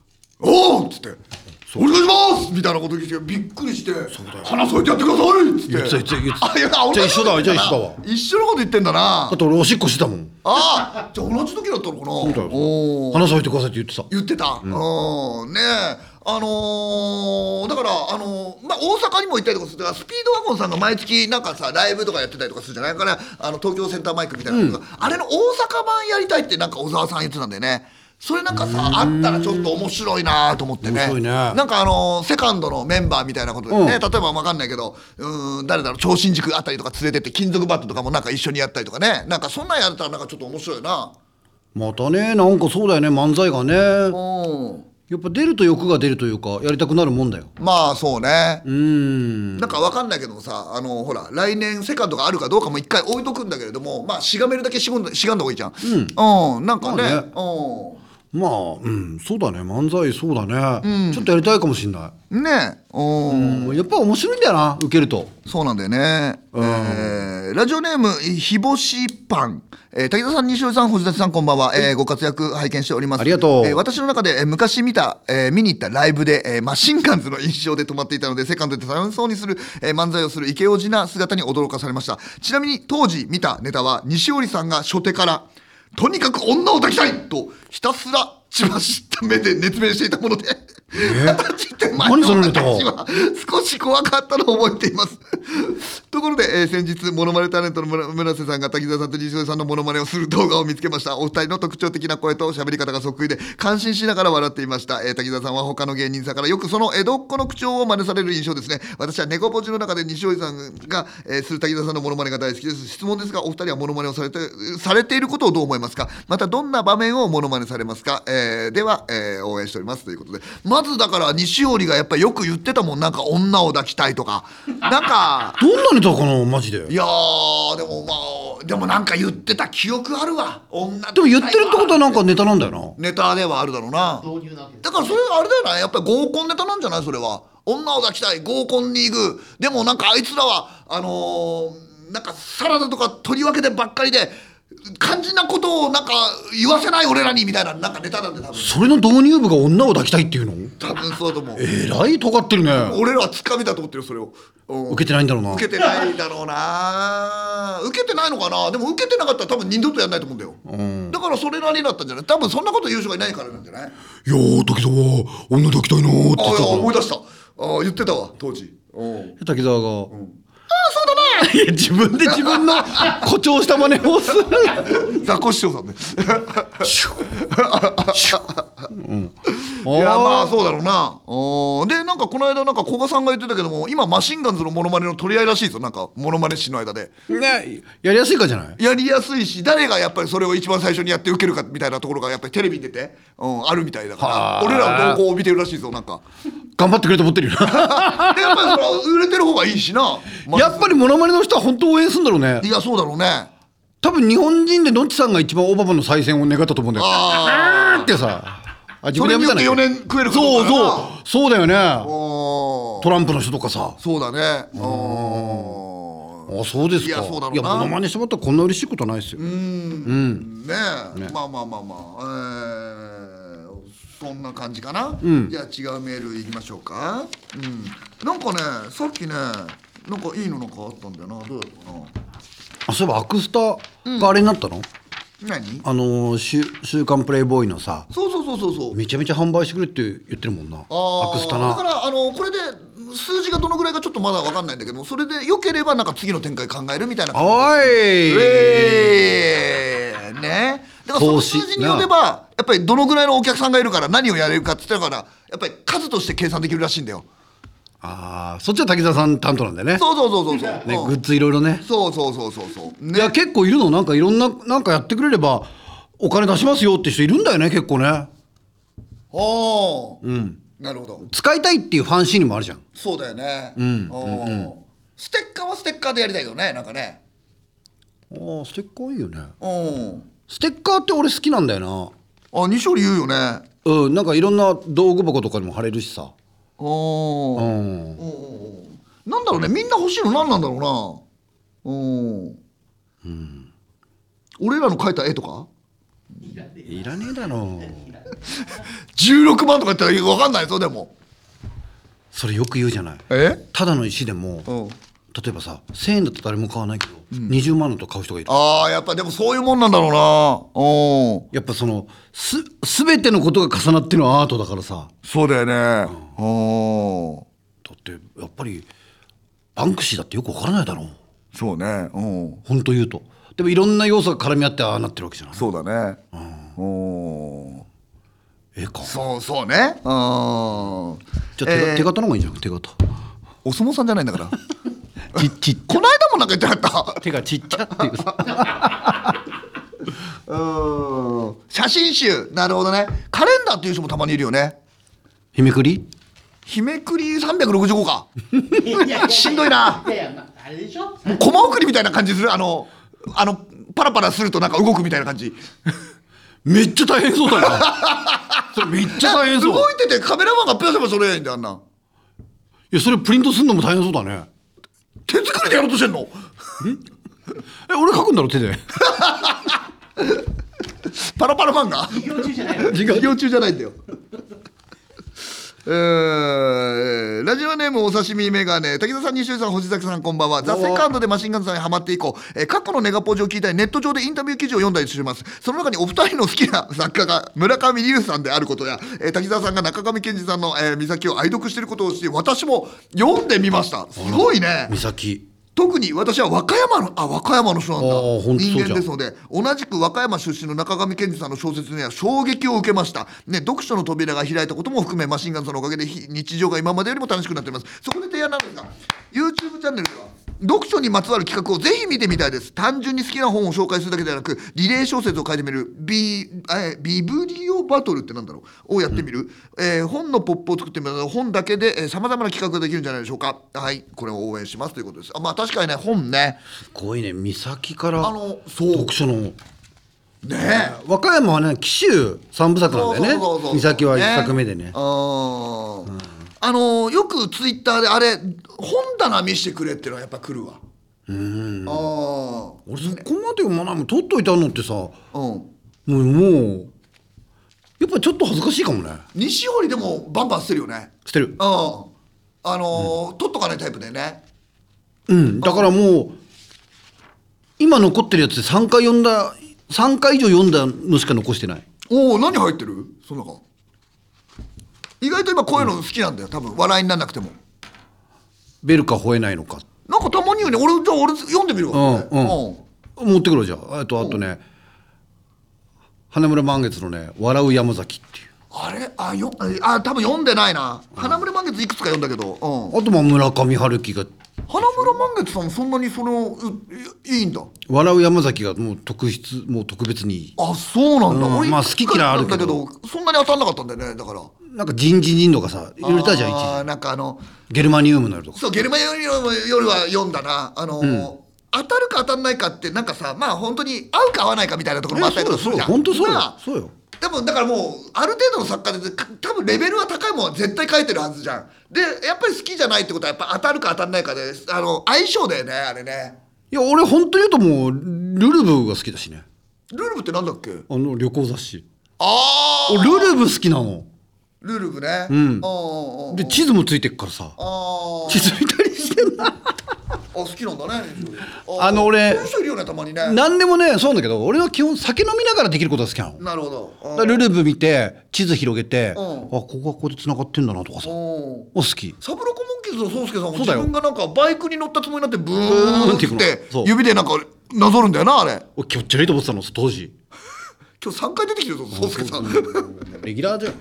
Speaker 2: 「おお!」っつって「お願いします!」みたいなこと聞いてびっくりして「話そうやってください!」っつって
Speaker 1: 言ってた言ってた言ってた
Speaker 2: あいや同じこと言って
Speaker 1: じゃあ一緒だわじゃ
Speaker 2: ん
Speaker 1: あ一緒だわ
Speaker 2: 一緒のこと言ってんだな
Speaker 1: だって俺おしっこしてたもん
Speaker 2: ああじゃあ同じ時だったのかな
Speaker 1: そうだよ
Speaker 2: おー
Speaker 1: 話しといてくださいって言ってた
Speaker 2: 言ってた、うん、ねえあのーだから、あのーまあ、大阪にも行ったりとかするからスピードワゴンさんが毎月なんかさライブとかやってたりとかするじゃないだからあの東京センターマイクみたいなのとか、あれの大阪版やりたいってなんか小沢さん言ってたんだよねそれなんかさあったらちょっと面白いなと思ってね
Speaker 1: 面白いね
Speaker 2: なんかあのーセカンドのメンバーみたいなことでね、
Speaker 1: うん
Speaker 2: 例えばわかんないけどうーん誰だろう超新塾あたりとか連れてって金属バットとかもなんか一緒にやったりとかねなんかそんなんやったらなんかちょっと面白いな
Speaker 1: またねなんかそうだよね漫才がね
Speaker 2: うん
Speaker 1: やっぱ出ると欲が出るというかやりたくなるもんだよ
Speaker 2: まあそうね
Speaker 1: うーん
Speaker 2: なんかわかんないけどもさあのほら来年セカンドがあるかどうかも一回置いとくんだけれどもまあしがめるだけしごんだしがんだ方がいいじゃんうん、なんかね,、
Speaker 1: まあ
Speaker 2: う
Speaker 1: まあうんそうだね漫才そうだね、ちょっとやりたいかもしんない
Speaker 2: んねうん、
Speaker 1: うんやっぱ面白いんだよな受けると
Speaker 2: そうなんだよね、えーラジオネーム日干しパン、えー、滝田さん西尾さん星田さんこんばんは、えーご活躍拝見しております
Speaker 1: ありがとう
Speaker 2: えー私の中で、えー昔見た、えー見に行ったライブで、えーマシンガンズの印象で止まっていたのでセカンドで楽しそうにする、えー漫才をするイケオジな姿に驚かされましたちなみに当時見たネタは西織さんが初手からとにかく女を抱きたいとひたすら血走った目で熱弁していたもので、 *laughs* 形って前
Speaker 1: 何そのネタ
Speaker 2: 私は少し怖かったのを覚えています *laughs* ところで、えー先日モノマネタレントの村村瀬さんが滝沢さんと西尾さんのモノマネをする動画を見つけましたお二人の特徴的な声と喋り方がそっくりで感心しながら笑っていました、えー滝沢さんは他の芸人さんからよくその江戸っ子の口調を真似される印象ですね私は猫ポチの中で西尾さんが、えーする滝沢さんのモノマネが大好きです質問ですがお二人はモノマネをされてされていることをどう思いますかまたどんな場面をモノマネされますか、えーでは、えー応援しておりますということでままずだから西織がやっぱよく言ってたもんなんか女を抱きたいとかな
Speaker 1: *laughs*
Speaker 2: んか
Speaker 1: どんなネタかなマジで
Speaker 2: いやーでもまあでもなんか言ってた記憶あるわ女
Speaker 1: でも言ってるってことはなんかネタなんだよな
Speaker 2: ネタではあるだろうな
Speaker 3: 導入なわけです
Speaker 2: だからそれあれだよなやっぱり合コンネタなんじゃないそれは女を抱きたい合コンに行くでもなんかあいつらはあのーなんかサラダとか取り分けてばっかりで肝心なことをなんか言わせない俺らにみたいななんかネタなんで多分
Speaker 1: それの導入部が女を抱きたいっていうの
Speaker 2: 多分そうだと思う
Speaker 1: えらい尖ってるね
Speaker 2: 俺らはつかみだと思ってるよそれを、うん
Speaker 1: 受けてないんだろうな
Speaker 2: 受けてないだろうな受けてないのかなでも受けてなかったら多分二度とやんないと思うんだよ、
Speaker 1: ん
Speaker 2: だからそれなりだったんじゃない多分そんなこと言う人がいないからなんじゃない
Speaker 1: いやー滝沢女抱きたいなーって
Speaker 2: あ
Speaker 1: 言ってた
Speaker 2: あ
Speaker 1: から
Speaker 2: 思い出したああ言ってたわ当時うん
Speaker 1: 滝沢が、ああそうだね自分で自分の誇張した真似を *laughs* する
Speaker 2: ザコシショウさんね
Speaker 1: い
Speaker 2: いやまあ
Speaker 1: う
Speaker 2: そうだろうなうんでなんかこの間なんか古賀さんが言ってたけども今マシンガンズのモノマネの取り合いらしいぞなんかモノマネ師の間で
Speaker 1: ねやりやすいからじゃない
Speaker 2: やりやすいし誰がやっぱりそれを一番最初にやって受けるかみたいなところがやっぱりテレビに出て、うん、あるみたいだか
Speaker 1: は
Speaker 2: ら
Speaker 1: あ
Speaker 2: 俺らの動向を見てるらしいぞなんか
Speaker 1: 頑張ってくれと思
Speaker 2: *laughs*
Speaker 1: ってるよな
Speaker 2: でやっぱりそれは売れてる方がいいしな、
Speaker 1: やっぱりモノマネの人は本当応援するんだろうね
Speaker 2: いやそうだろうね
Speaker 1: 多分日本人でノッチさんが一番オバマの再選を願ったと思うんだよ
Speaker 2: あ
Speaker 1: あーってさあ自
Speaker 2: そ
Speaker 1: 分で
Speaker 2: れに
Speaker 1: やめ
Speaker 2: よ
Speaker 1: た
Speaker 2: っ
Speaker 1: んだ
Speaker 2: て
Speaker 1: っけ
Speaker 2: 4年食えるかど
Speaker 1: そうう
Speaker 2: かだな
Speaker 1: そうそうだよね
Speaker 2: おー
Speaker 1: トランプの人とかさ
Speaker 2: そうだねうん
Speaker 1: あそうですか
Speaker 2: いやそうだろうない
Speaker 1: やモノマネしてもらったらこんな嬉しいことないですよ
Speaker 2: ねえまあまあまあまあ、えーそんな感じかな、じゃあ違うメールいきましょうか、うん、なんかねさっきねなんかいいのなんかあったんだよなどうだったか
Speaker 1: あそういえばアクスタがあれになったの、
Speaker 2: な何
Speaker 1: あのー週「週刊プレイボーイ」のさ
Speaker 2: そうそうそうそうそう
Speaker 1: めちゃめちゃ販売してくれって言ってるもんな
Speaker 2: あ
Speaker 1: ア
Speaker 2: ー
Speaker 1: クスタ
Speaker 2: だか
Speaker 1: な
Speaker 2: らあのこれで数字がどのぐらいかちょっとまだわかんないんだけどそれでよければなんか次の展開考えるみたいな感じ
Speaker 1: おい、
Speaker 2: えー、ねだからその数字によればやっぱりどのぐらいのお客さんがいるから何をやれるかって言ったからやっぱり数として計算できるらしいんだよ
Speaker 1: ああそっちは滝沢さん担当なんだよね
Speaker 2: そうそうそうそうそう、
Speaker 1: ね
Speaker 2: うん
Speaker 1: グッズいろいろね
Speaker 2: そうそうそうそうそう
Speaker 1: いや
Speaker 2: ね
Speaker 1: 結構いるのなんかいろんななんかやってくれればお金出しますよって人いるんだよね結構ね
Speaker 2: おお、なるほど
Speaker 1: 使いたいっていうファンシーンもあるじゃん
Speaker 2: そうだよねうんステッカーはステッカーでやりたいけどねなんかね
Speaker 1: あーステッカーいいよね
Speaker 2: うん
Speaker 1: ステッカーって俺好きなんだよ
Speaker 2: あ西織言うよね
Speaker 1: なうんなんかいろんな道具箱とかにも貼れるしさ
Speaker 2: お
Speaker 1: う
Speaker 2: ー
Speaker 1: ん
Speaker 2: うんうんうんなんだろうねみんな欲しいの何なんだろうなうん、俺らの描いた絵とか
Speaker 1: いらねえだろ
Speaker 2: 16万とか言ったら分かんないぞでも
Speaker 1: それよく言うじゃない
Speaker 2: え
Speaker 1: ただの石でも
Speaker 2: うん
Speaker 1: 例えばさ1000円だと誰も買わないけど、20万のと買う人がいる
Speaker 2: ああやっぱでもそういうもんなんだろうなうん
Speaker 1: やっぱそのす全てのことが重なってのアートだからさ
Speaker 2: そうだよねうん
Speaker 1: だってやっぱりバンクシーだってよくわからないだろう
Speaker 2: そうねうん
Speaker 1: 本当言うとでもいろんな要素が絡み合ってああなってるわけじゃない
Speaker 2: そうだねうん
Speaker 1: ええかじゃ
Speaker 2: そうそうねうんお
Speaker 1: あ手,、
Speaker 2: えー
Speaker 1: 手形の方がいいじゃん手形
Speaker 2: 相撲さんじゃないんだから
Speaker 1: *laughs* ちっちっ
Speaker 2: この間もなんか言ってなかった
Speaker 1: 手がちっちゃっていうさ
Speaker 2: うん写真集なるほどねカレンダーっていう人もたまにいるよね
Speaker 1: 日めくり
Speaker 2: 日めくり365か
Speaker 3: *laughs*
Speaker 2: しんどいない
Speaker 3: やいや、まあ、あれでしょ
Speaker 2: もうコマ送りみたいな感じするあのあのパラパラするとなんか動くみたいな感じ
Speaker 1: めっちゃ大変そうだよな *laughs* それめっちゃ大変そう
Speaker 2: 動いててカメラマンがペラペラそれやいいんだよあんない
Speaker 1: やそれプリントするのも大変そうだね
Speaker 2: 手作りでやろうとしてんの
Speaker 1: え俺書くんだろ手で
Speaker 2: パラパラ漫画
Speaker 3: 授業中じゃないの
Speaker 2: 授業中じゃないん
Speaker 1: *laughs*
Speaker 2: だよえーラジオネームお刺身メガネ滝沢さん西尾さん星崎さんこんばんは「ザ・セカンドでマシンガンズさんにハマって以降、えー過去のネガポジを聞いたりネット上でインタビュー記事を読んだりしますその中にお二人の好きな作家が村上龍さんであることや、えー滝沢さんが中上健二さんの「えー、岬」を愛読していることを知り私も読んでみましたすごいね
Speaker 1: 美咲
Speaker 2: 特に私は和歌山のあ和歌山の人なん
Speaker 1: あーほんとそ
Speaker 2: だ
Speaker 1: う
Speaker 2: 人
Speaker 1: じゃん
Speaker 2: 間ですので同じく和歌山出身の中上健二さんの小説には衝撃を受けました、ね、読書の扉が開いたことも含めマシンガンズさんのおかげで日日常が今までよりも楽しくなっていますそこで提案なんですが YouTube チャンネルでは読書にまつわる企画をぜひ見てみたいです単純に好きな本を紹介するだけではなくリレー小説を書いてみるビえービブリオバトルってなんだろうをやってみる、えー本のポップを作ってみる本だけでさまざまな企画ができるんじゃないでしょうかはいこれを応援しますということですあまあ確かにね本ね
Speaker 1: すごいね三崎から
Speaker 2: あのそう
Speaker 1: 読書の
Speaker 2: ね
Speaker 1: 和歌山はね紀州三部作なんだよね
Speaker 2: そうそうそうそう
Speaker 1: 三崎は一作目でね
Speaker 2: あ,、あのよくツイッターであれ本棚見してくれっていうのはやっぱ来るわうんあー
Speaker 1: 俺そこまでもない取っといたのってさも
Speaker 2: うん
Speaker 1: うもうやっぱりちょっと恥ずかしいかもね
Speaker 2: 西堀でもバンバン捨てるよね
Speaker 1: 捨てる
Speaker 2: うんあのー取っとかないタイプだよね
Speaker 1: うんだからもう今残ってるやつで3回読んだ3回以上読んだのしか残してない
Speaker 2: おお何入ってるその中意外と今こういうの好きなんだよ多分笑いにならなくても
Speaker 1: ベルか吠えないのか
Speaker 2: なんかたまによね俺じゃあ俺読んでみるわ、
Speaker 1: うんうん
Speaker 2: うん
Speaker 1: 持ってくるじゃんあとあとね花村満月のね「笑う山崎」っていう
Speaker 2: あれあよあ多分読んでないな花村満月いくつか読んだけど、うん、
Speaker 1: あとまあ村上春樹が
Speaker 2: 花村満月さんもそんなにそのういいいんだ
Speaker 1: 「笑う山崎」がもう特筆もう特別にいい
Speaker 2: あそうなんだ、
Speaker 1: うん
Speaker 2: 俺
Speaker 1: まあ好き嫌いあるけど
Speaker 2: 一回読んだそんなに当たんなかったんだよねだから
Speaker 1: なんか人事人とかさ入れたじゃん一
Speaker 2: あー
Speaker 1: 時
Speaker 2: なんかあの
Speaker 1: ゲルマニウムのやるとか
Speaker 2: そうゲルマよりよりは読んだなあのー、当たるか当たんないかってなんかさまあ本当に合うか合わないかみたいなところもあったりとかす
Speaker 1: そう
Speaker 2: るじ
Speaker 1: よ
Speaker 2: ゃん
Speaker 1: 本当そうよ
Speaker 2: まあ
Speaker 1: そうよ
Speaker 2: でもだからもうある程度の作家でか多分レベルは高いもんは絶対書いてるはずじゃんでやっぱり好きじゃないってことはやっぱ当たるか当たんないかであの相性だよねあれね
Speaker 1: いや俺本当に言うともうルルブが好きだしね
Speaker 2: ルルブってなんだっけ
Speaker 1: あの旅行雑誌
Speaker 2: ああ
Speaker 1: 俺ルルブ好きなの
Speaker 2: ルルブね。
Speaker 1: ん
Speaker 2: あー
Speaker 1: で地図もついてっからさ
Speaker 2: あー
Speaker 1: 地図見たりしてんな
Speaker 2: あ好きなんだね。ー
Speaker 1: あの俺
Speaker 2: そういう人いるよねたまにね。な
Speaker 1: 何でもねそうなんだけど俺は基本酒飲みながらできることが好きなの
Speaker 2: るほど。
Speaker 1: だからルルブ見て地図広げて、
Speaker 2: うん
Speaker 1: あここはここで繋がってんだなとかさ、
Speaker 2: ブ。
Speaker 1: お
Speaker 2: おー
Speaker 1: 好き
Speaker 2: サブロコモンキーズの宗介さんも
Speaker 1: そう
Speaker 2: 自
Speaker 1: だよ
Speaker 2: 分がなんかバイクに乗ったつもりになってブーン
Speaker 1: ブーン
Speaker 2: っ
Speaker 1: ってい
Speaker 2: て
Speaker 1: くのそう
Speaker 2: 指でなんかなぞるんだよなあれ
Speaker 1: 俺きょっちゃりと思ってたの当時
Speaker 2: 今日3回出てきてるぞ宗介さん
Speaker 1: レギュラーじゃん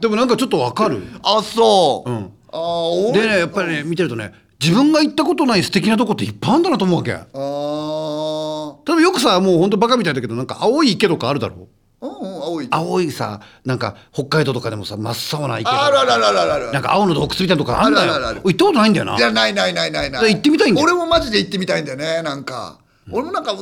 Speaker 1: でもなん *laughs* かちょっとわかる
Speaker 2: あそう、
Speaker 1: うん
Speaker 2: ああ俺
Speaker 1: でねやっぱりね見てるとね自分が行ったことない素敵なとこっていっぱいあるんだなと思うわけ
Speaker 2: あー
Speaker 1: 例えばよくさもうほんとバカみたいだけどなんか青い池とかあるだろ
Speaker 2: うんうん青い
Speaker 1: 青いさなんか北海道とかでもさ真っ青な池
Speaker 2: あ
Speaker 1: が
Speaker 2: らららららら
Speaker 1: なんか青の洞窟みたいなとこあるんだよ
Speaker 2: あるあるある
Speaker 1: 俺行ったことないんだよない
Speaker 2: やないないないないない
Speaker 1: 行ってみたいんだよ
Speaker 2: 俺もマジで行ってみたいんだよねなんか、俺もなんかね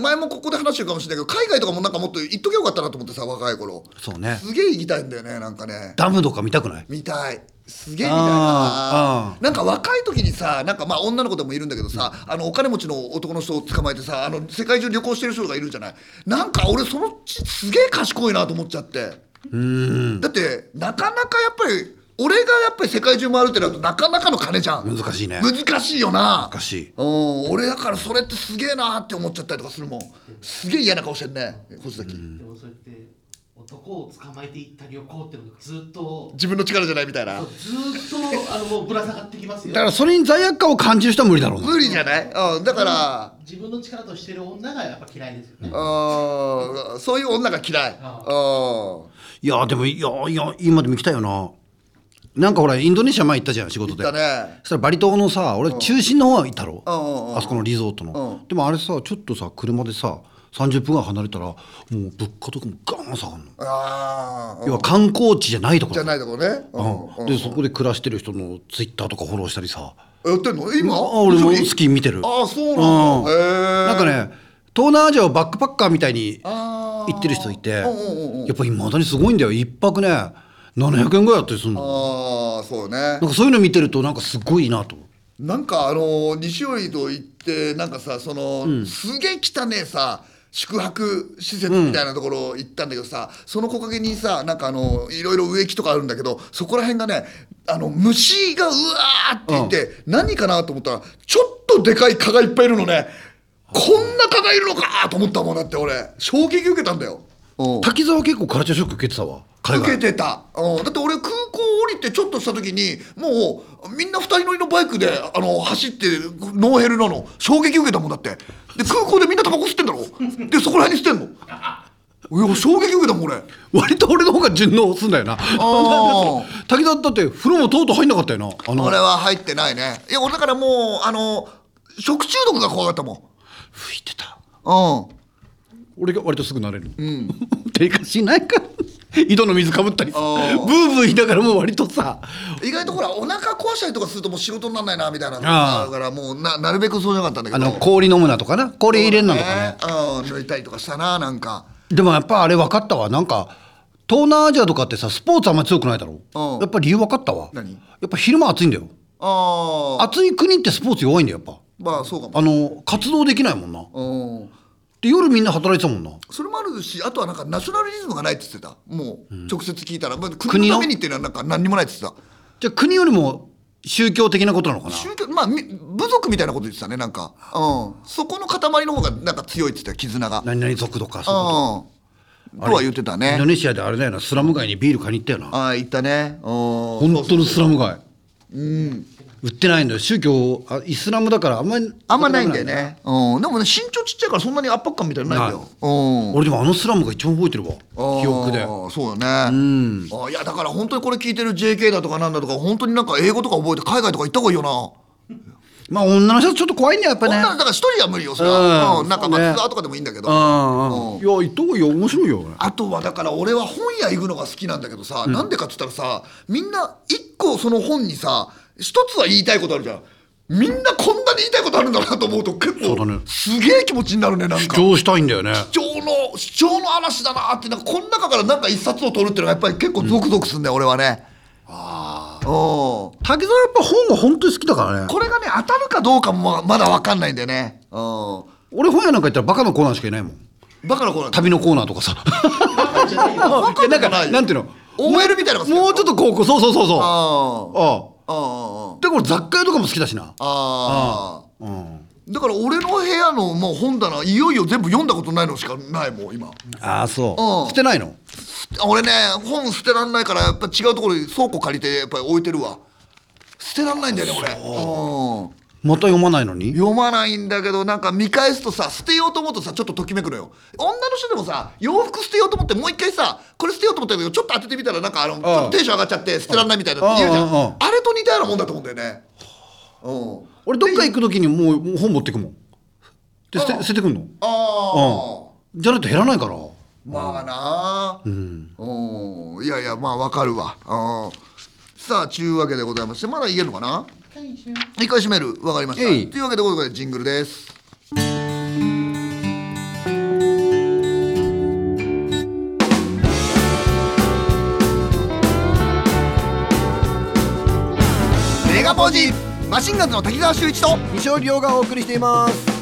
Speaker 2: 前もここで話してるかもしれないけど海外とかもなんかもっと行っときゃよかったなと思ってさ若い頃
Speaker 1: そうね
Speaker 2: すげえ行きたいんだよねなんかね
Speaker 1: ダムとか見たくない
Speaker 2: 見たいすげえ見たい
Speaker 1: あ
Speaker 2: な
Speaker 1: ーあ
Speaker 2: なんか若い時にさなんかまあ女の子でもいるんだけどさ、あのお金持ちの男の人を捕まえてさあの世界中旅行してる人がいるじゃないなんか俺そのちすげえ賢いなと思っちゃって
Speaker 1: うん
Speaker 2: だってなかなかやっぱり俺がやっぱり世界中回るってなるとなかなかの金じゃん
Speaker 1: 難しいね
Speaker 2: 難しいよな
Speaker 1: 難しい
Speaker 2: うん俺だからそれってすげえなって思っちゃったりとかするもんすげえ嫌な顔してんね星崎、
Speaker 3: でもそうやって男を捕まえていった旅行っていうのがずっと
Speaker 2: 自分の力じゃないみたいな
Speaker 3: ずっとあのもうぶら下がってきますよ
Speaker 1: だからそれに罪悪感を感じる人は無理だろうな
Speaker 2: 無理じゃない、うん、だから
Speaker 3: 自分の力としてる女がやっぱ嫌いですよね、
Speaker 2: うんそういう女が嫌いうん
Speaker 1: いやでもいやいや今でも行きたいよななんかほらインドネシア前行ったじゃん仕事で
Speaker 2: だね
Speaker 1: そしたらバリ島のさ俺中心の方は行ったろ
Speaker 2: うんうんうん
Speaker 1: あそこのリゾートのでもあれさちょっとさ車でさ30分ぐらい離れたらもう物価とかもガーン下がるの
Speaker 2: ああ
Speaker 1: 要は観光地じゃないとこ
Speaker 2: じゃ
Speaker 1: ろ
Speaker 2: ないとこね、う
Speaker 1: う
Speaker 2: ん
Speaker 1: んでそこで暮らしてる人のツイッターとかフォローしたりさ
Speaker 2: やってんの今
Speaker 1: あ俺も好
Speaker 2: 一緒に
Speaker 1: き見てる
Speaker 2: ああそうなんだ、
Speaker 1: う
Speaker 2: へえ
Speaker 1: なんかね東南アジアをバックパッカーみたいに
Speaker 2: あー
Speaker 1: 行ってる人いてや
Speaker 2: うんうんうんうん
Speaker 1: っぱりまだにすごいんだよ一泊ね700円ぐらいだったりするの
Speaker 2: ああそうね
Speaker 1: なんかそういうの見てるとなんかすごいなと思う
Speaker 2: なんかあの西織と行ってなんかさその、すげえ汚ねえさ宿泊施設みたいなところ行ったんだけどさ、その木陰にさなんかあのいろいろ植木とかあるんだけどそこら辺がねあの虫がうわーっていて、何かなと思ったらちょっとでかい蚊がいっぱいいるのねこんな蚊がいるのかと思ったもんだって俺衝撃受けたんだよ。うん
Speaker 1: 滝沢結構カルチャーショック受けてたわ海
Speaker 2: 受け
Speaker 1: 外
Speaker 2: てた、うん、だって俺空港降りてちょっとした時にもうみんな二人乗りのバイクであの走ってノーヘル
Speaker 1: *laughs*
Speaker 2: なの衝撃受けたもんだってで空港でみんなタバコ吸ってんだろでそこら辺に捨てんのいや衝撃受けたもん俺
Speaker 1: *laughs* 割と俺の方が順応すんだよな
Speaker 2: あ
Speaker 1: *laughs* 滝田だって風呂もとうとう入んなかったよなあの
Speaker 2: 俺は入ってないねいや俺だからもうあの食中毒が怖かったも
Speaker 1: 吹いてた
Speaker 2: んうん
Speaker 1: 俺が割とすぐ慣れる、 *laughs* 低下しないから *laughs* 井戸の水かぶったりさブ
Speaker 2: あ
Speaker 1: ーブー言いながらもう割とさ
Speaker 2: 意外とほらお腹壊したりとかするともう仕事にならないなみたいな
Speaker 1: ああ
Speaker 2: だからもうななるべくそうじゃなかったんだけ
Speaker 1: あ
Speaker 2: ど
Speaker 1: の氷飲むなとかな氷入れんなとかね
Speaker 2: うん抜いたりとかしたななんか
Speaker 1: でもやっぱあれ分かったわなんか東南アジアとかってさスポーツあんまり強くないだろ、
Speaker 2: うん
Speaker 1: やっぱり理由分かったわ
Speaker 2: 何
Speaker 1: やっぱ昼間暑いんだよ
Speaker 2: ああ
Speaker 1: 暑い国ってスポーツ弱いんだよやっ
Speaker 2: まあそうかも
Speaker 1: ぱあの活動できないもんな
Speaker 2: うん
Speaker 1: で夜みんな働いてたもんな
Speaker 2: それもあるしあとはなんかナショナリズムがないって言ってたもう直接聞いたら、まあ
Speaker 1: 国
Speaker 2: 国
Speaker 1: の
Speaker 2: のためにっていうのはなんか何にもないって言ってた
Speaker 1: じゃあ国よりも宗教的なことなのかな
Speaker 2: 宗教まあみ部族みたいなこと言ってたねなんか、うん、そこの塊の方がなんか強いって言ってた絆がうん
Speaker 1: 何々族とかそういうこと
Speaker 2: とは言ってた
Speaker 1: インド
Speaker 2: ね
Speaker 1: ネシアであれだよなスラム街にビール買いに行ったよな
Speaker 2: ああ言ったねうん
Speaker 1: 本当のスラム街売ってないんだよ宗教あイスラムだからあんまり
Speaker 2: あんまないんだよね、うん、でもね身長ちっちゃいからそんなに圧迫感みたいなのないんだよ、うん
Speaker 1: 俺でもあのスラムが一番覚えてるわ記憶で
Speaker 2: あーそうだねあーいやだから本当にこれ聞いてる JK だとかなんだとか本当になんか英語とか覚えて海外とか行った方がいいよな
Speaker 1: まあ女の人ちょっと怖いんだよやっぱ
Speaker 2: こん
Speaker 1: ね
Speaker 2: なのだから一人は無理よそれ
Speaker 1: うん
Speaker 2: は、うん、なんかま
Speaker 1: そう
Speaker 2: あ
Speaker 1: ね
Speaker 2: ツアーとかでもいいんだけど、
Speaker 1: うんうんいや行った方がいいよ面白いよ俺
Speaker 2: あとはだから俺は本屋行くのが好きなんだけどさ、なんでかっつったらさみんな一個その本にさ一つは言いたいことあるじゃんみんなこんなに言いたいことあるんだなと思うと結
Speaker 1: そうだ
Speaker 2: 構、
Speaker 1: ね
Speaker 2: すげえ気持ちになるねなんか
Speaker 1: 主張したいんだよね
Speaker 2: 主張の主張の嵐だなってなんかこの中からなんか一冊を取るっていうのがやっぱり結構ゾクゾクするんだよ、俺はねああこ
Speaker 1: 滝沢やっぱ本が本当に好きだからね
Speaker 2: れがね当たるかどうかもまだ分かんないんだよねう
Speaker 1: 俺本屋なんか行ったらバカのコーナーしかいないもん
Speaker 2: んバカな子なんだ
Speaker 1: 旅のコーナーとかさ
Speaker 3: じゃないよ
Speaker 2: バカ
Speaker 1: いやなん *laughs*
Speaker 2: じ
Speaker 1: か
Speaker 2: ゃない
Speaker 1: なんていうの
Speaker 2: OL みたいなのが好き
Speaker 1: もうちょっとこうこうそうそうそうそうあ
Speaker 2: ああ
Speaker 1: あ
Speaker 2: あ
Speaker 1: でこれ雑貨屋とかも好きだしな
Speaker 2: あ
Speaker 1: うん
Speaker 2: だから俺の部屋のもう本棚いよいよ全部読んだことないのしかないもん今
Speaker 1: ああそううん捨てないの
Speaker 2: 俺ね本捨てらんないからやっぱ違うところに倉庫借りてやっぱり置いてるわ捨てらんないんだよね俺うん
Speaker 1: また読まないのに
Speaker 2: 読まないんだけどなんか見返すとさ捨てようと思うとさちょっとときめくのよ女の人でもさ洋服捨てようと思ってもう一回さこれ捨てようと思ったけどちょっと当ててみたらなんかあのちょっとテンション上がっちゃって捨てらんないみたいなって言うじゃ
Speaker 1: うんうんうん
Speaker 2: んあれと似たようなもんだと思うんだよねうん
Speaker 1: 俺どっか行く時にもうもう本持ってくもんで捨て捨ててくんの
Speaker 2: ああ
Speaker 1: じゃないと減らないから
Speaker 2: まあなあうんいやいやまあわかるわうんさあちゅうわけでございましてまだ言えるのかな一回閉めるわかりました
Speaker 1: えい
Speaker 2: というわけでございましてジングルですメガポージマシンガンズの滝沢秀一と
Speaker 1: 西尾亮がお送りしています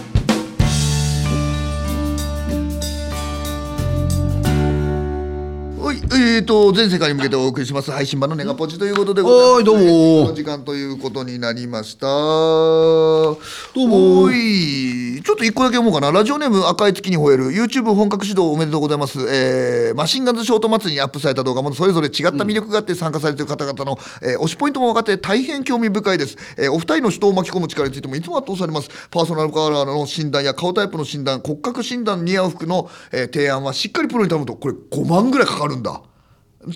Speaker 2: はい、えー、と全世界に向けてお送りします配信版のネガポジということでございます。
Speaker 1: はいどうも
Speaker 2: この時間ということになりました。ど
Speaker 1: うも
Speaker 2: おい、ちょっと一個だけ読もうかな。ラジオネーム赤い月に吠える YouTube 本格始動おめでとうございます。えーマシンガンズショート祭りにアップされた動画もそれぞれ違った魅力があって参加されている方々の、えー推しポイントも分かって大変興味深いです。えーお二人の人を巻き込む力についてもいつも圧倒されます。パーソナルカラーの診断や顔タイプの診断、骨格診断に似合う服の、えー提案はしっかりプロに頼むとこれ5万ぐらいかかるんだ。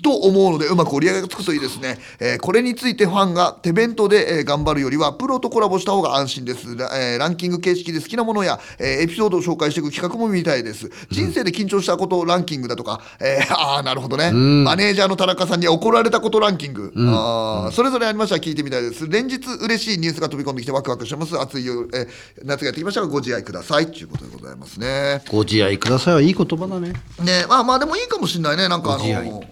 Speaker 2: と思うのでうまく折り上げがつくといいですね、えーこれについてファンが手弁当で、えー頑張るよりはプロとコラボした方が安心です、らえーランキング形式で好きなものや、えーエピソードを紹介していく企画も見たいです人生で緊張したことランキングだとか、えーああなるほどね、マネージャーの田中さんに怒られたことランキング、あーそれぞれありましたら聞いてみたいです連日嬉しいニュースが飛び込んできてワクワクしてます暑い夜、えー夏がやってきましたがご自愛くださいということでございますね
Speaker 1: ご自愛くださいはいい言葉だね
Speaker 2: ねまあまあでもいいかもしれないねなんかあ
Speaker 1: ご自愛
Speaker 2: の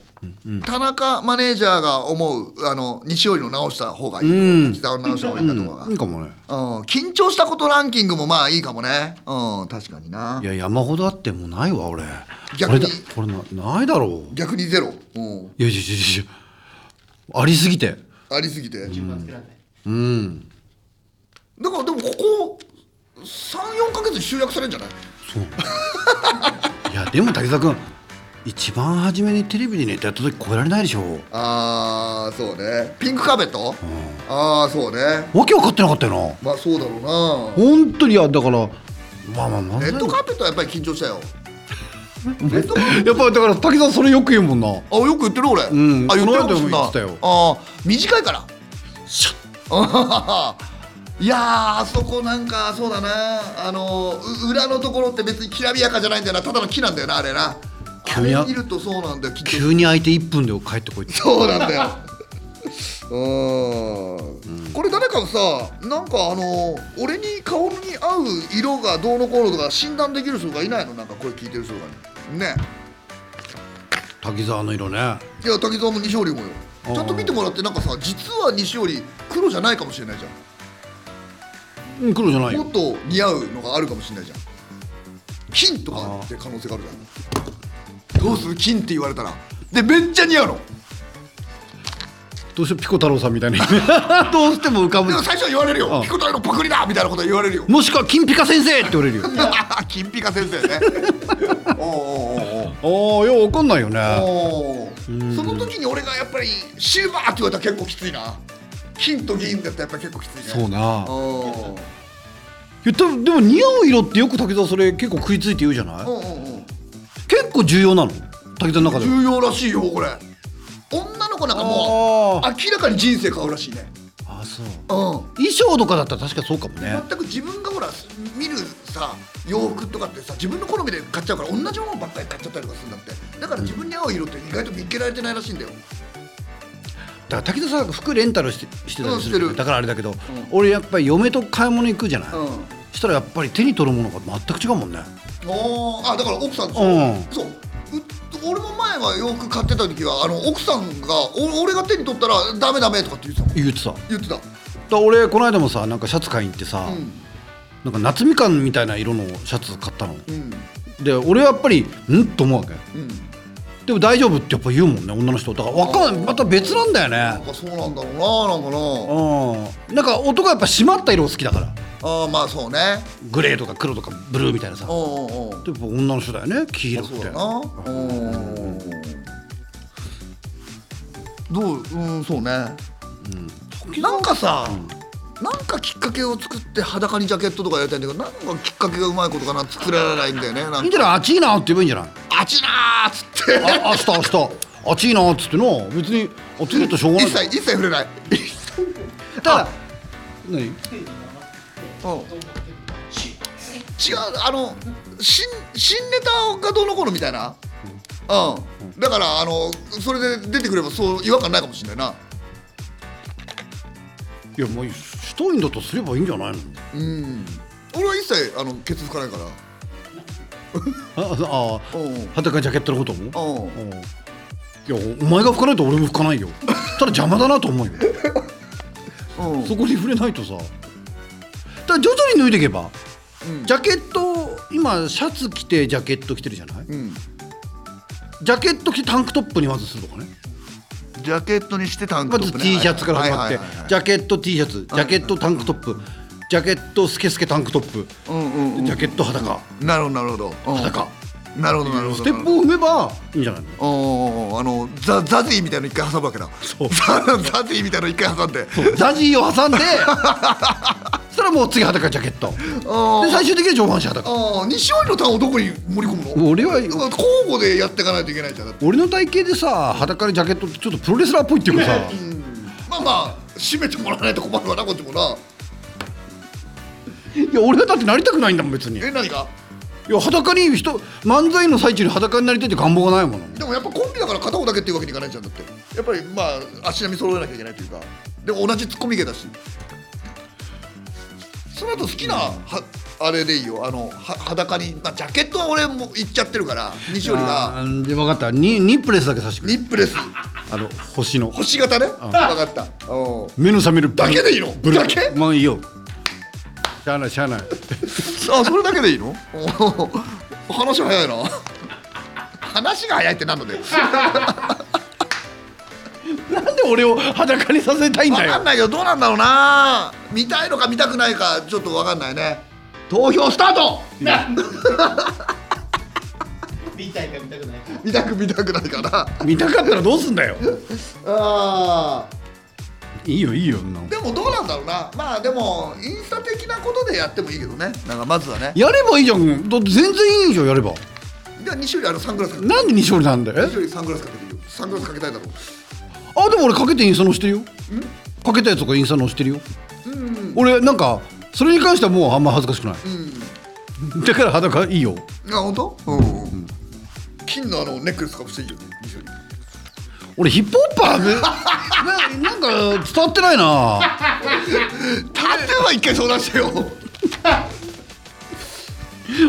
Speaker 2: 田中マネージャーが思うあの西織の直した方がいい時代を直した方がいいなとかが、
Speaker 1: いいかもね
Speaker 2: うん緊張したことランキングもまあいいかもねうん確かにない
Speaker 1: や山ほどあってもうないわ俺
Speaker 2: 逆に
Speaker 1: 俺だ俺なないだろう
Speaker 2: 逆にゼロ、うん、
Speaker 1: いやいやいやいやいやありすぎて
Speaker 2: ありすぎてだか
Speaker 3: 順番つけられない
Speaker 1: うん
Speaker 2: らでもここ34か月で集約されるんじゃない *laughs*
Speaker 1: そういやでも滝沢君一番初めにテレビでネタやった時超えられないでしょ
Speaker 2: ああそうねピンクカーペット、ああそうね
Speaker 1: わけ分かってなかったよな
Speaker 2: まあそうだろうな
Speaker 1: 本当にいやだからまあまあまあ
Speaker 2: レッドカーペットはやっぱり緊張したよレッドブル
Speaker 1: やっぱだから滝沢それよく言うもんな
Speaker 2: あよく言ってる俺、
Speaker 1: ん
Speaker 2: あ言ってるかも
Speaker 1: この間も
Speaker 2: しんな
Speaker 1: 言ってたよ
Speaker 2: あー短いから *laughs* シャッいやーあそこなんかそうだなあのう裏のところって別にきらびやかじゃないんだよなただの木なんだよなあれなあ
Speaker 1: 急に
Speaker 2: れ
Speaker 1: あ
Speaker 2: 見るとそうなんだよきっと
Speaker 1: 急に空いて1分で帰ってこいって
Speaker 2: そうなん
Speaker 1: *laughs*
Speaker 2: だようーんこれ誰かさなんかあの俺に顔に合う色がどうのこうのとか診断できる人がいないのなんかこれ聞いてる人がねね
Speaker 1: 滝沢の色ね
Speaker 2: いや滝沢も西織もよ
Speaker 1: あー
Speaker 2: ちゃんと見てもらってなんかさ実は西織黒じゃないかもしれないじ
Speaker 1: うん黒じゃない
Speaker 2: ゃん
Speaker 1: よ
Speaker 2: もっと似合うのがあるかもしれないじゃん金とかって可能性があるじゃんどうする金って言われたらでめっちゃ似合うの
Speaker 1: どうしてピコ太郎さんみたいに *laughs* どうしても浮かぶ
Speaker 2: でも最初は言われる
Speaker 1: あ
Speaker 2: よ
Speaker 1: ー
Speaker 2: ピコ太郎のパクリだみたいなこと言われ
Speaker 1: *laughs*
Speaker 2: るよ
Speaker 1: もしくは金ピカ先生って言われるよ
Speaker 2: 金ピカ先
Speaker 1: *laughs*
Speaker 2: 生ねおうおうお
Speaker 1: あ
Speaker 2: う
Speaker 1: あいやわかんないよね
Speaker 2: おうおうその時に俺がやっぱりシルバーって言われたら結構きついな金と銀だったらやっぱ結構きついね
Speaker 1: そうな
Speaker 2: おう
Speaker 1: いや多分でも似合う色ってよく滝沢それ結構食いついて言うじゃない
Speaker 2: うんうんうん
Speaker 1: 結構重要なの滝沢の中では
Speaker 2: 重要らしいよこれ女の子なんかもう
Speaker 1: あ
Speaker 2: 明らかに人生変わるらしいね
Speaker 1: あそう
Speaker 2: うん
Speaker 1: 衣装とかだったら確かそうかもね
Speaker 2: 全く自分がほら見るさ洋服とかってさ自分の好みで買っちゃうから同じものばっかり買っちゃったりとかするんだってだから自分に合う色って意外と見つけられてないらしいんだよ
Speaker 1: だから滝沢さんが服レンタルしてしてたりするよ
Speaker 2: うんして
Speaker 1: ね
Speaker 2: る
Speaker 1: だからあれだけど、俺やっぱり嫁と買い物行くじゃない、
Speaker 2: うん
Speaker 1: したらやっぱり手に取るものが全く違うもんね
Speaker 2: おーあだから奥さん
Speaker 1: うん
Speaker 2: そうう俺も前は洋服買ってた時はあの奥さんがお俺が手に取ったら「ダメダメ」とかって言ってたもん
Speaker 1: 言ってただか
Speaker 2: 言ってた
Speaker 1: ら俺この間もさなんかシャツ買いに行ってさ、
Speaker 2: う
Speaker 1: なんか夏みかんみたいな色のシャツ買ったの
Speaker 2: んうん
Speaker 1: で俺はやっぱりんと思うわけ
Speaker 2: うん
Speaker 1: でも大丈夫ってやっぱ言うもんね女の人だからわかんないまた別なんだよ
Speaker 2: なん
Speaker 1: ね
Speaker 2: かそうなんだろうななんか
Speaker 1: うん
Speaker 2: な
Speaker 1: なんか男はやっぱ締まった色好きだから
Speaker 2: あーまあそうね
Speaker 1: グレーとか黒とかブルーみたいなさやっ
Speaker 2: うんうんうん
Speaker 1: ぱ女の人だよね黄色っ
Speaker 2: そう
Speaker 1: て
Speaker 2: だな。うん。どう、うん、そうね。なんかさ、なんかきっかけを作って裸にジャケットとかやりたいんだけど、なんかきっかけがうまいことかな作られないんだよね。ない
Speaker 1: い
Speaker 2: ん
Speaker 1: ん
Speaker 2: か
Speaker 1: じゃない暑いなって言えばいいんじゃない
Speaker 2: あちなーっつって。
Speaker 1: あ明日明日暑いなっつっての別に暑いとしょうがない
Speaker 2: 一切一切触れない。
Speaker 1: ただ何
Speaker 2: うん違うあの新新ネタがどうのこうのみたいなうんだからあのそれで出てくればそう違和感ないかもしれないない
Speaker 1: やもうしたいんだとすればいいんじゃないの
Speaker 2: うん俺は一切あのケツ拭かないから
Speaker 1: ああ
Speaker 2: うんうん
Speaker 1: 裸ジャケットのことも
Speaker 2: う
Speaker 1: う
Speaker 2: ん
Speaker 1: んいやおお前が拭かないと俺も拭かないよただ邪魔だなと思うよ
Speaker 2: うん
Speaker 1: そこに触れないとさだから徐々に脱いでいけば
Speaker 2: うん
Speaker 1: ジャケット今シャツ着てジャケット着てるじゃない
Speaker 2: うん
Speaker 1: ジャケット着てタンクトップにまずするとかね
Speaker 2: ジャケットにしてタン
Speaker 1: ま
Speaker 2: クトッ
Speaker 1: ず
Speaker 2: プ、ね、
Speaker 1: T シャツから始まって
Speaker 2: はいはいはいはい
Speaker 1: ジャケット T シャツジャケットタンクトップジャケットスケスケタンクトップ
Speaker 2: うんうん、うん、
Speaker 1: ジャケット裸
Speaker 2: なるほどなるほど、うん
Speaker 1: 裸
Speaker 2: なるほどなるほど
Speaker 1: ステップを踏めばいいんじゃないの
Speaker 2: おおあのザザジーみたいなの一回挟むわけだ
Speaker 1: そう
Speaker 2: ザジーみたいなの一回挟んで
Speaker 1: ザジーを挟ん
Speaker 2: *laughs*
Speaker 1: でそしたらもう次裸ジャケット
Speaker 2: あ
Speaker 1: で最終的には上半身裸
Speaker 2: ああ西織のターンをどこに盛り込むの
Speaker 1: 俺は
Speaker 2: 交互でやっていかないといけないじゃんだって
Speaker 1: 俺の体型でさ裸にジャケットってちょっとプロレスラーっぽいっていうかさ
Speaker 2: まあまあ締めてもらわないと困るわなこっちもない
Speaker 1: や俺はだってなりたくないんだもん別にい
Speaker 2: え何か
Speaker 1: や裸に人漫才の最中に裸になりたいって願望がないもの
Speaker 2: でもやっぱコンビだから片方だけっていうわけにいかないじゃんだってやっぱりまあ足並み揃えなきゃいけないというかでも同じツッコミ芸だしその後好きなはあれでいいよあのは裸に、まあ、ジャケットは俺もいっちゃってるから西織が
Speaker 1: あーで分かったニニップレスだけさしてくれ
Speaker 2: ニップレス
Speaker 1: あの星の
Speaker 2: 星型ね分かったうん
Speaker 1: 目の覚めるブル
Speaker 2: だけでいいの
Speaker 1: ブル
Speaker 2: だけ
Speaker 1: まあいいよしゃあないしゃあない
Speaker 2: あそれだけでいいのおー話早いな話が早いってなんので
Speaker 1: *laughs* なんで俺を裸にさせたいん
Speaker 2: 分
Speaker 1: だ
Speaker 2: かん
Speaker 1: よ
Speaker 2: ないけどどうなんだろうな見たいのか見たくないかちょっと分かんないね投票スタート
Speaker 3: *laughs* 見たいか見たくないか
Speaker 2: 見たく見たくないかな
Speaker 1: 見たかったらどうすん *laughs* だよ
Speaker 2: あ
Speaker 1: いいよいいよそんなの
Speaker 2: ーでもどうなんだろうなまあでもインスタ的なことでやってもいいけどねなんかまずはね
Speaker 1: やればいいじゃんだって全然いいじゃんやれば
Speaker 2: いや西よりあのサングラスかけて
Speaker 1: なんで西堀なんだよえ
Speaker 2: 西よりサングラスかけてるよサングラスかけたいだろ
Speaker 1: あでも俺かけてインスタのしてるよかけたやつとかインスタのしてるよ俺なんかそれに関してはもうあんま恥ずかしくないだから裸いいよ
Speaker 2: うあ本当うん、うん、金のあのネックレスかぶしていいよね西より
Speaker 1: 俺ヒップホッパー
Speaker 2: *laughs*
Speaker 1: めななんか伝わってないな
Speaker 2: タトゥーは一回相談してよ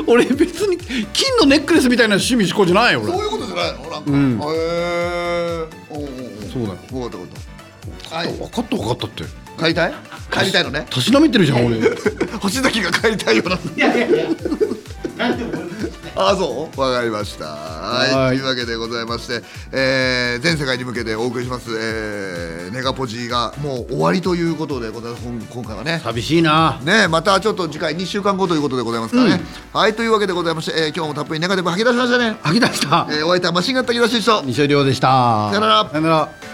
Speaker 1: 俺別に金のネックレスみたいな趣味思考じゃないよ俺
Speaker 2: そういうことじゃないのなんか、
Speaker 1: ん
Speaker 2: へえおうおうお
Speaker 1: そうだよ
Speaker 2: 分かった分かったはい
Speaker 1: 分かった分かったって
Speaker 2: 帰りたい帰りたいのね
Speaker 1: たしなめてるじゃん俺
Speaker 2: *laughs* 星崎が帰りたいような
Speaker 3: いやいやいやなんでも俺も
Speaker 2: ああそうわかりましたはい
Speaker 1: はい
Speaker 2: というわけでございまして、えー、全世界に向けてお送りします、えー、ネガポジがもう終わりということでございますほん今回はね
Speaker 1: 寂しいな
Speaker 2: ねまたちょっと次回2週間後ということでございますからね、はいというわけでございまして、えー、今日もたっぷりネガティブ吐き出しましたね、
Speaker 1: 吐き出した
Speaker 2: えー、お相手はマシンガン滝田修士と
Speaker 1: 西尾亮でした
Speaker 2: さよなら
Speaker 1: さよなら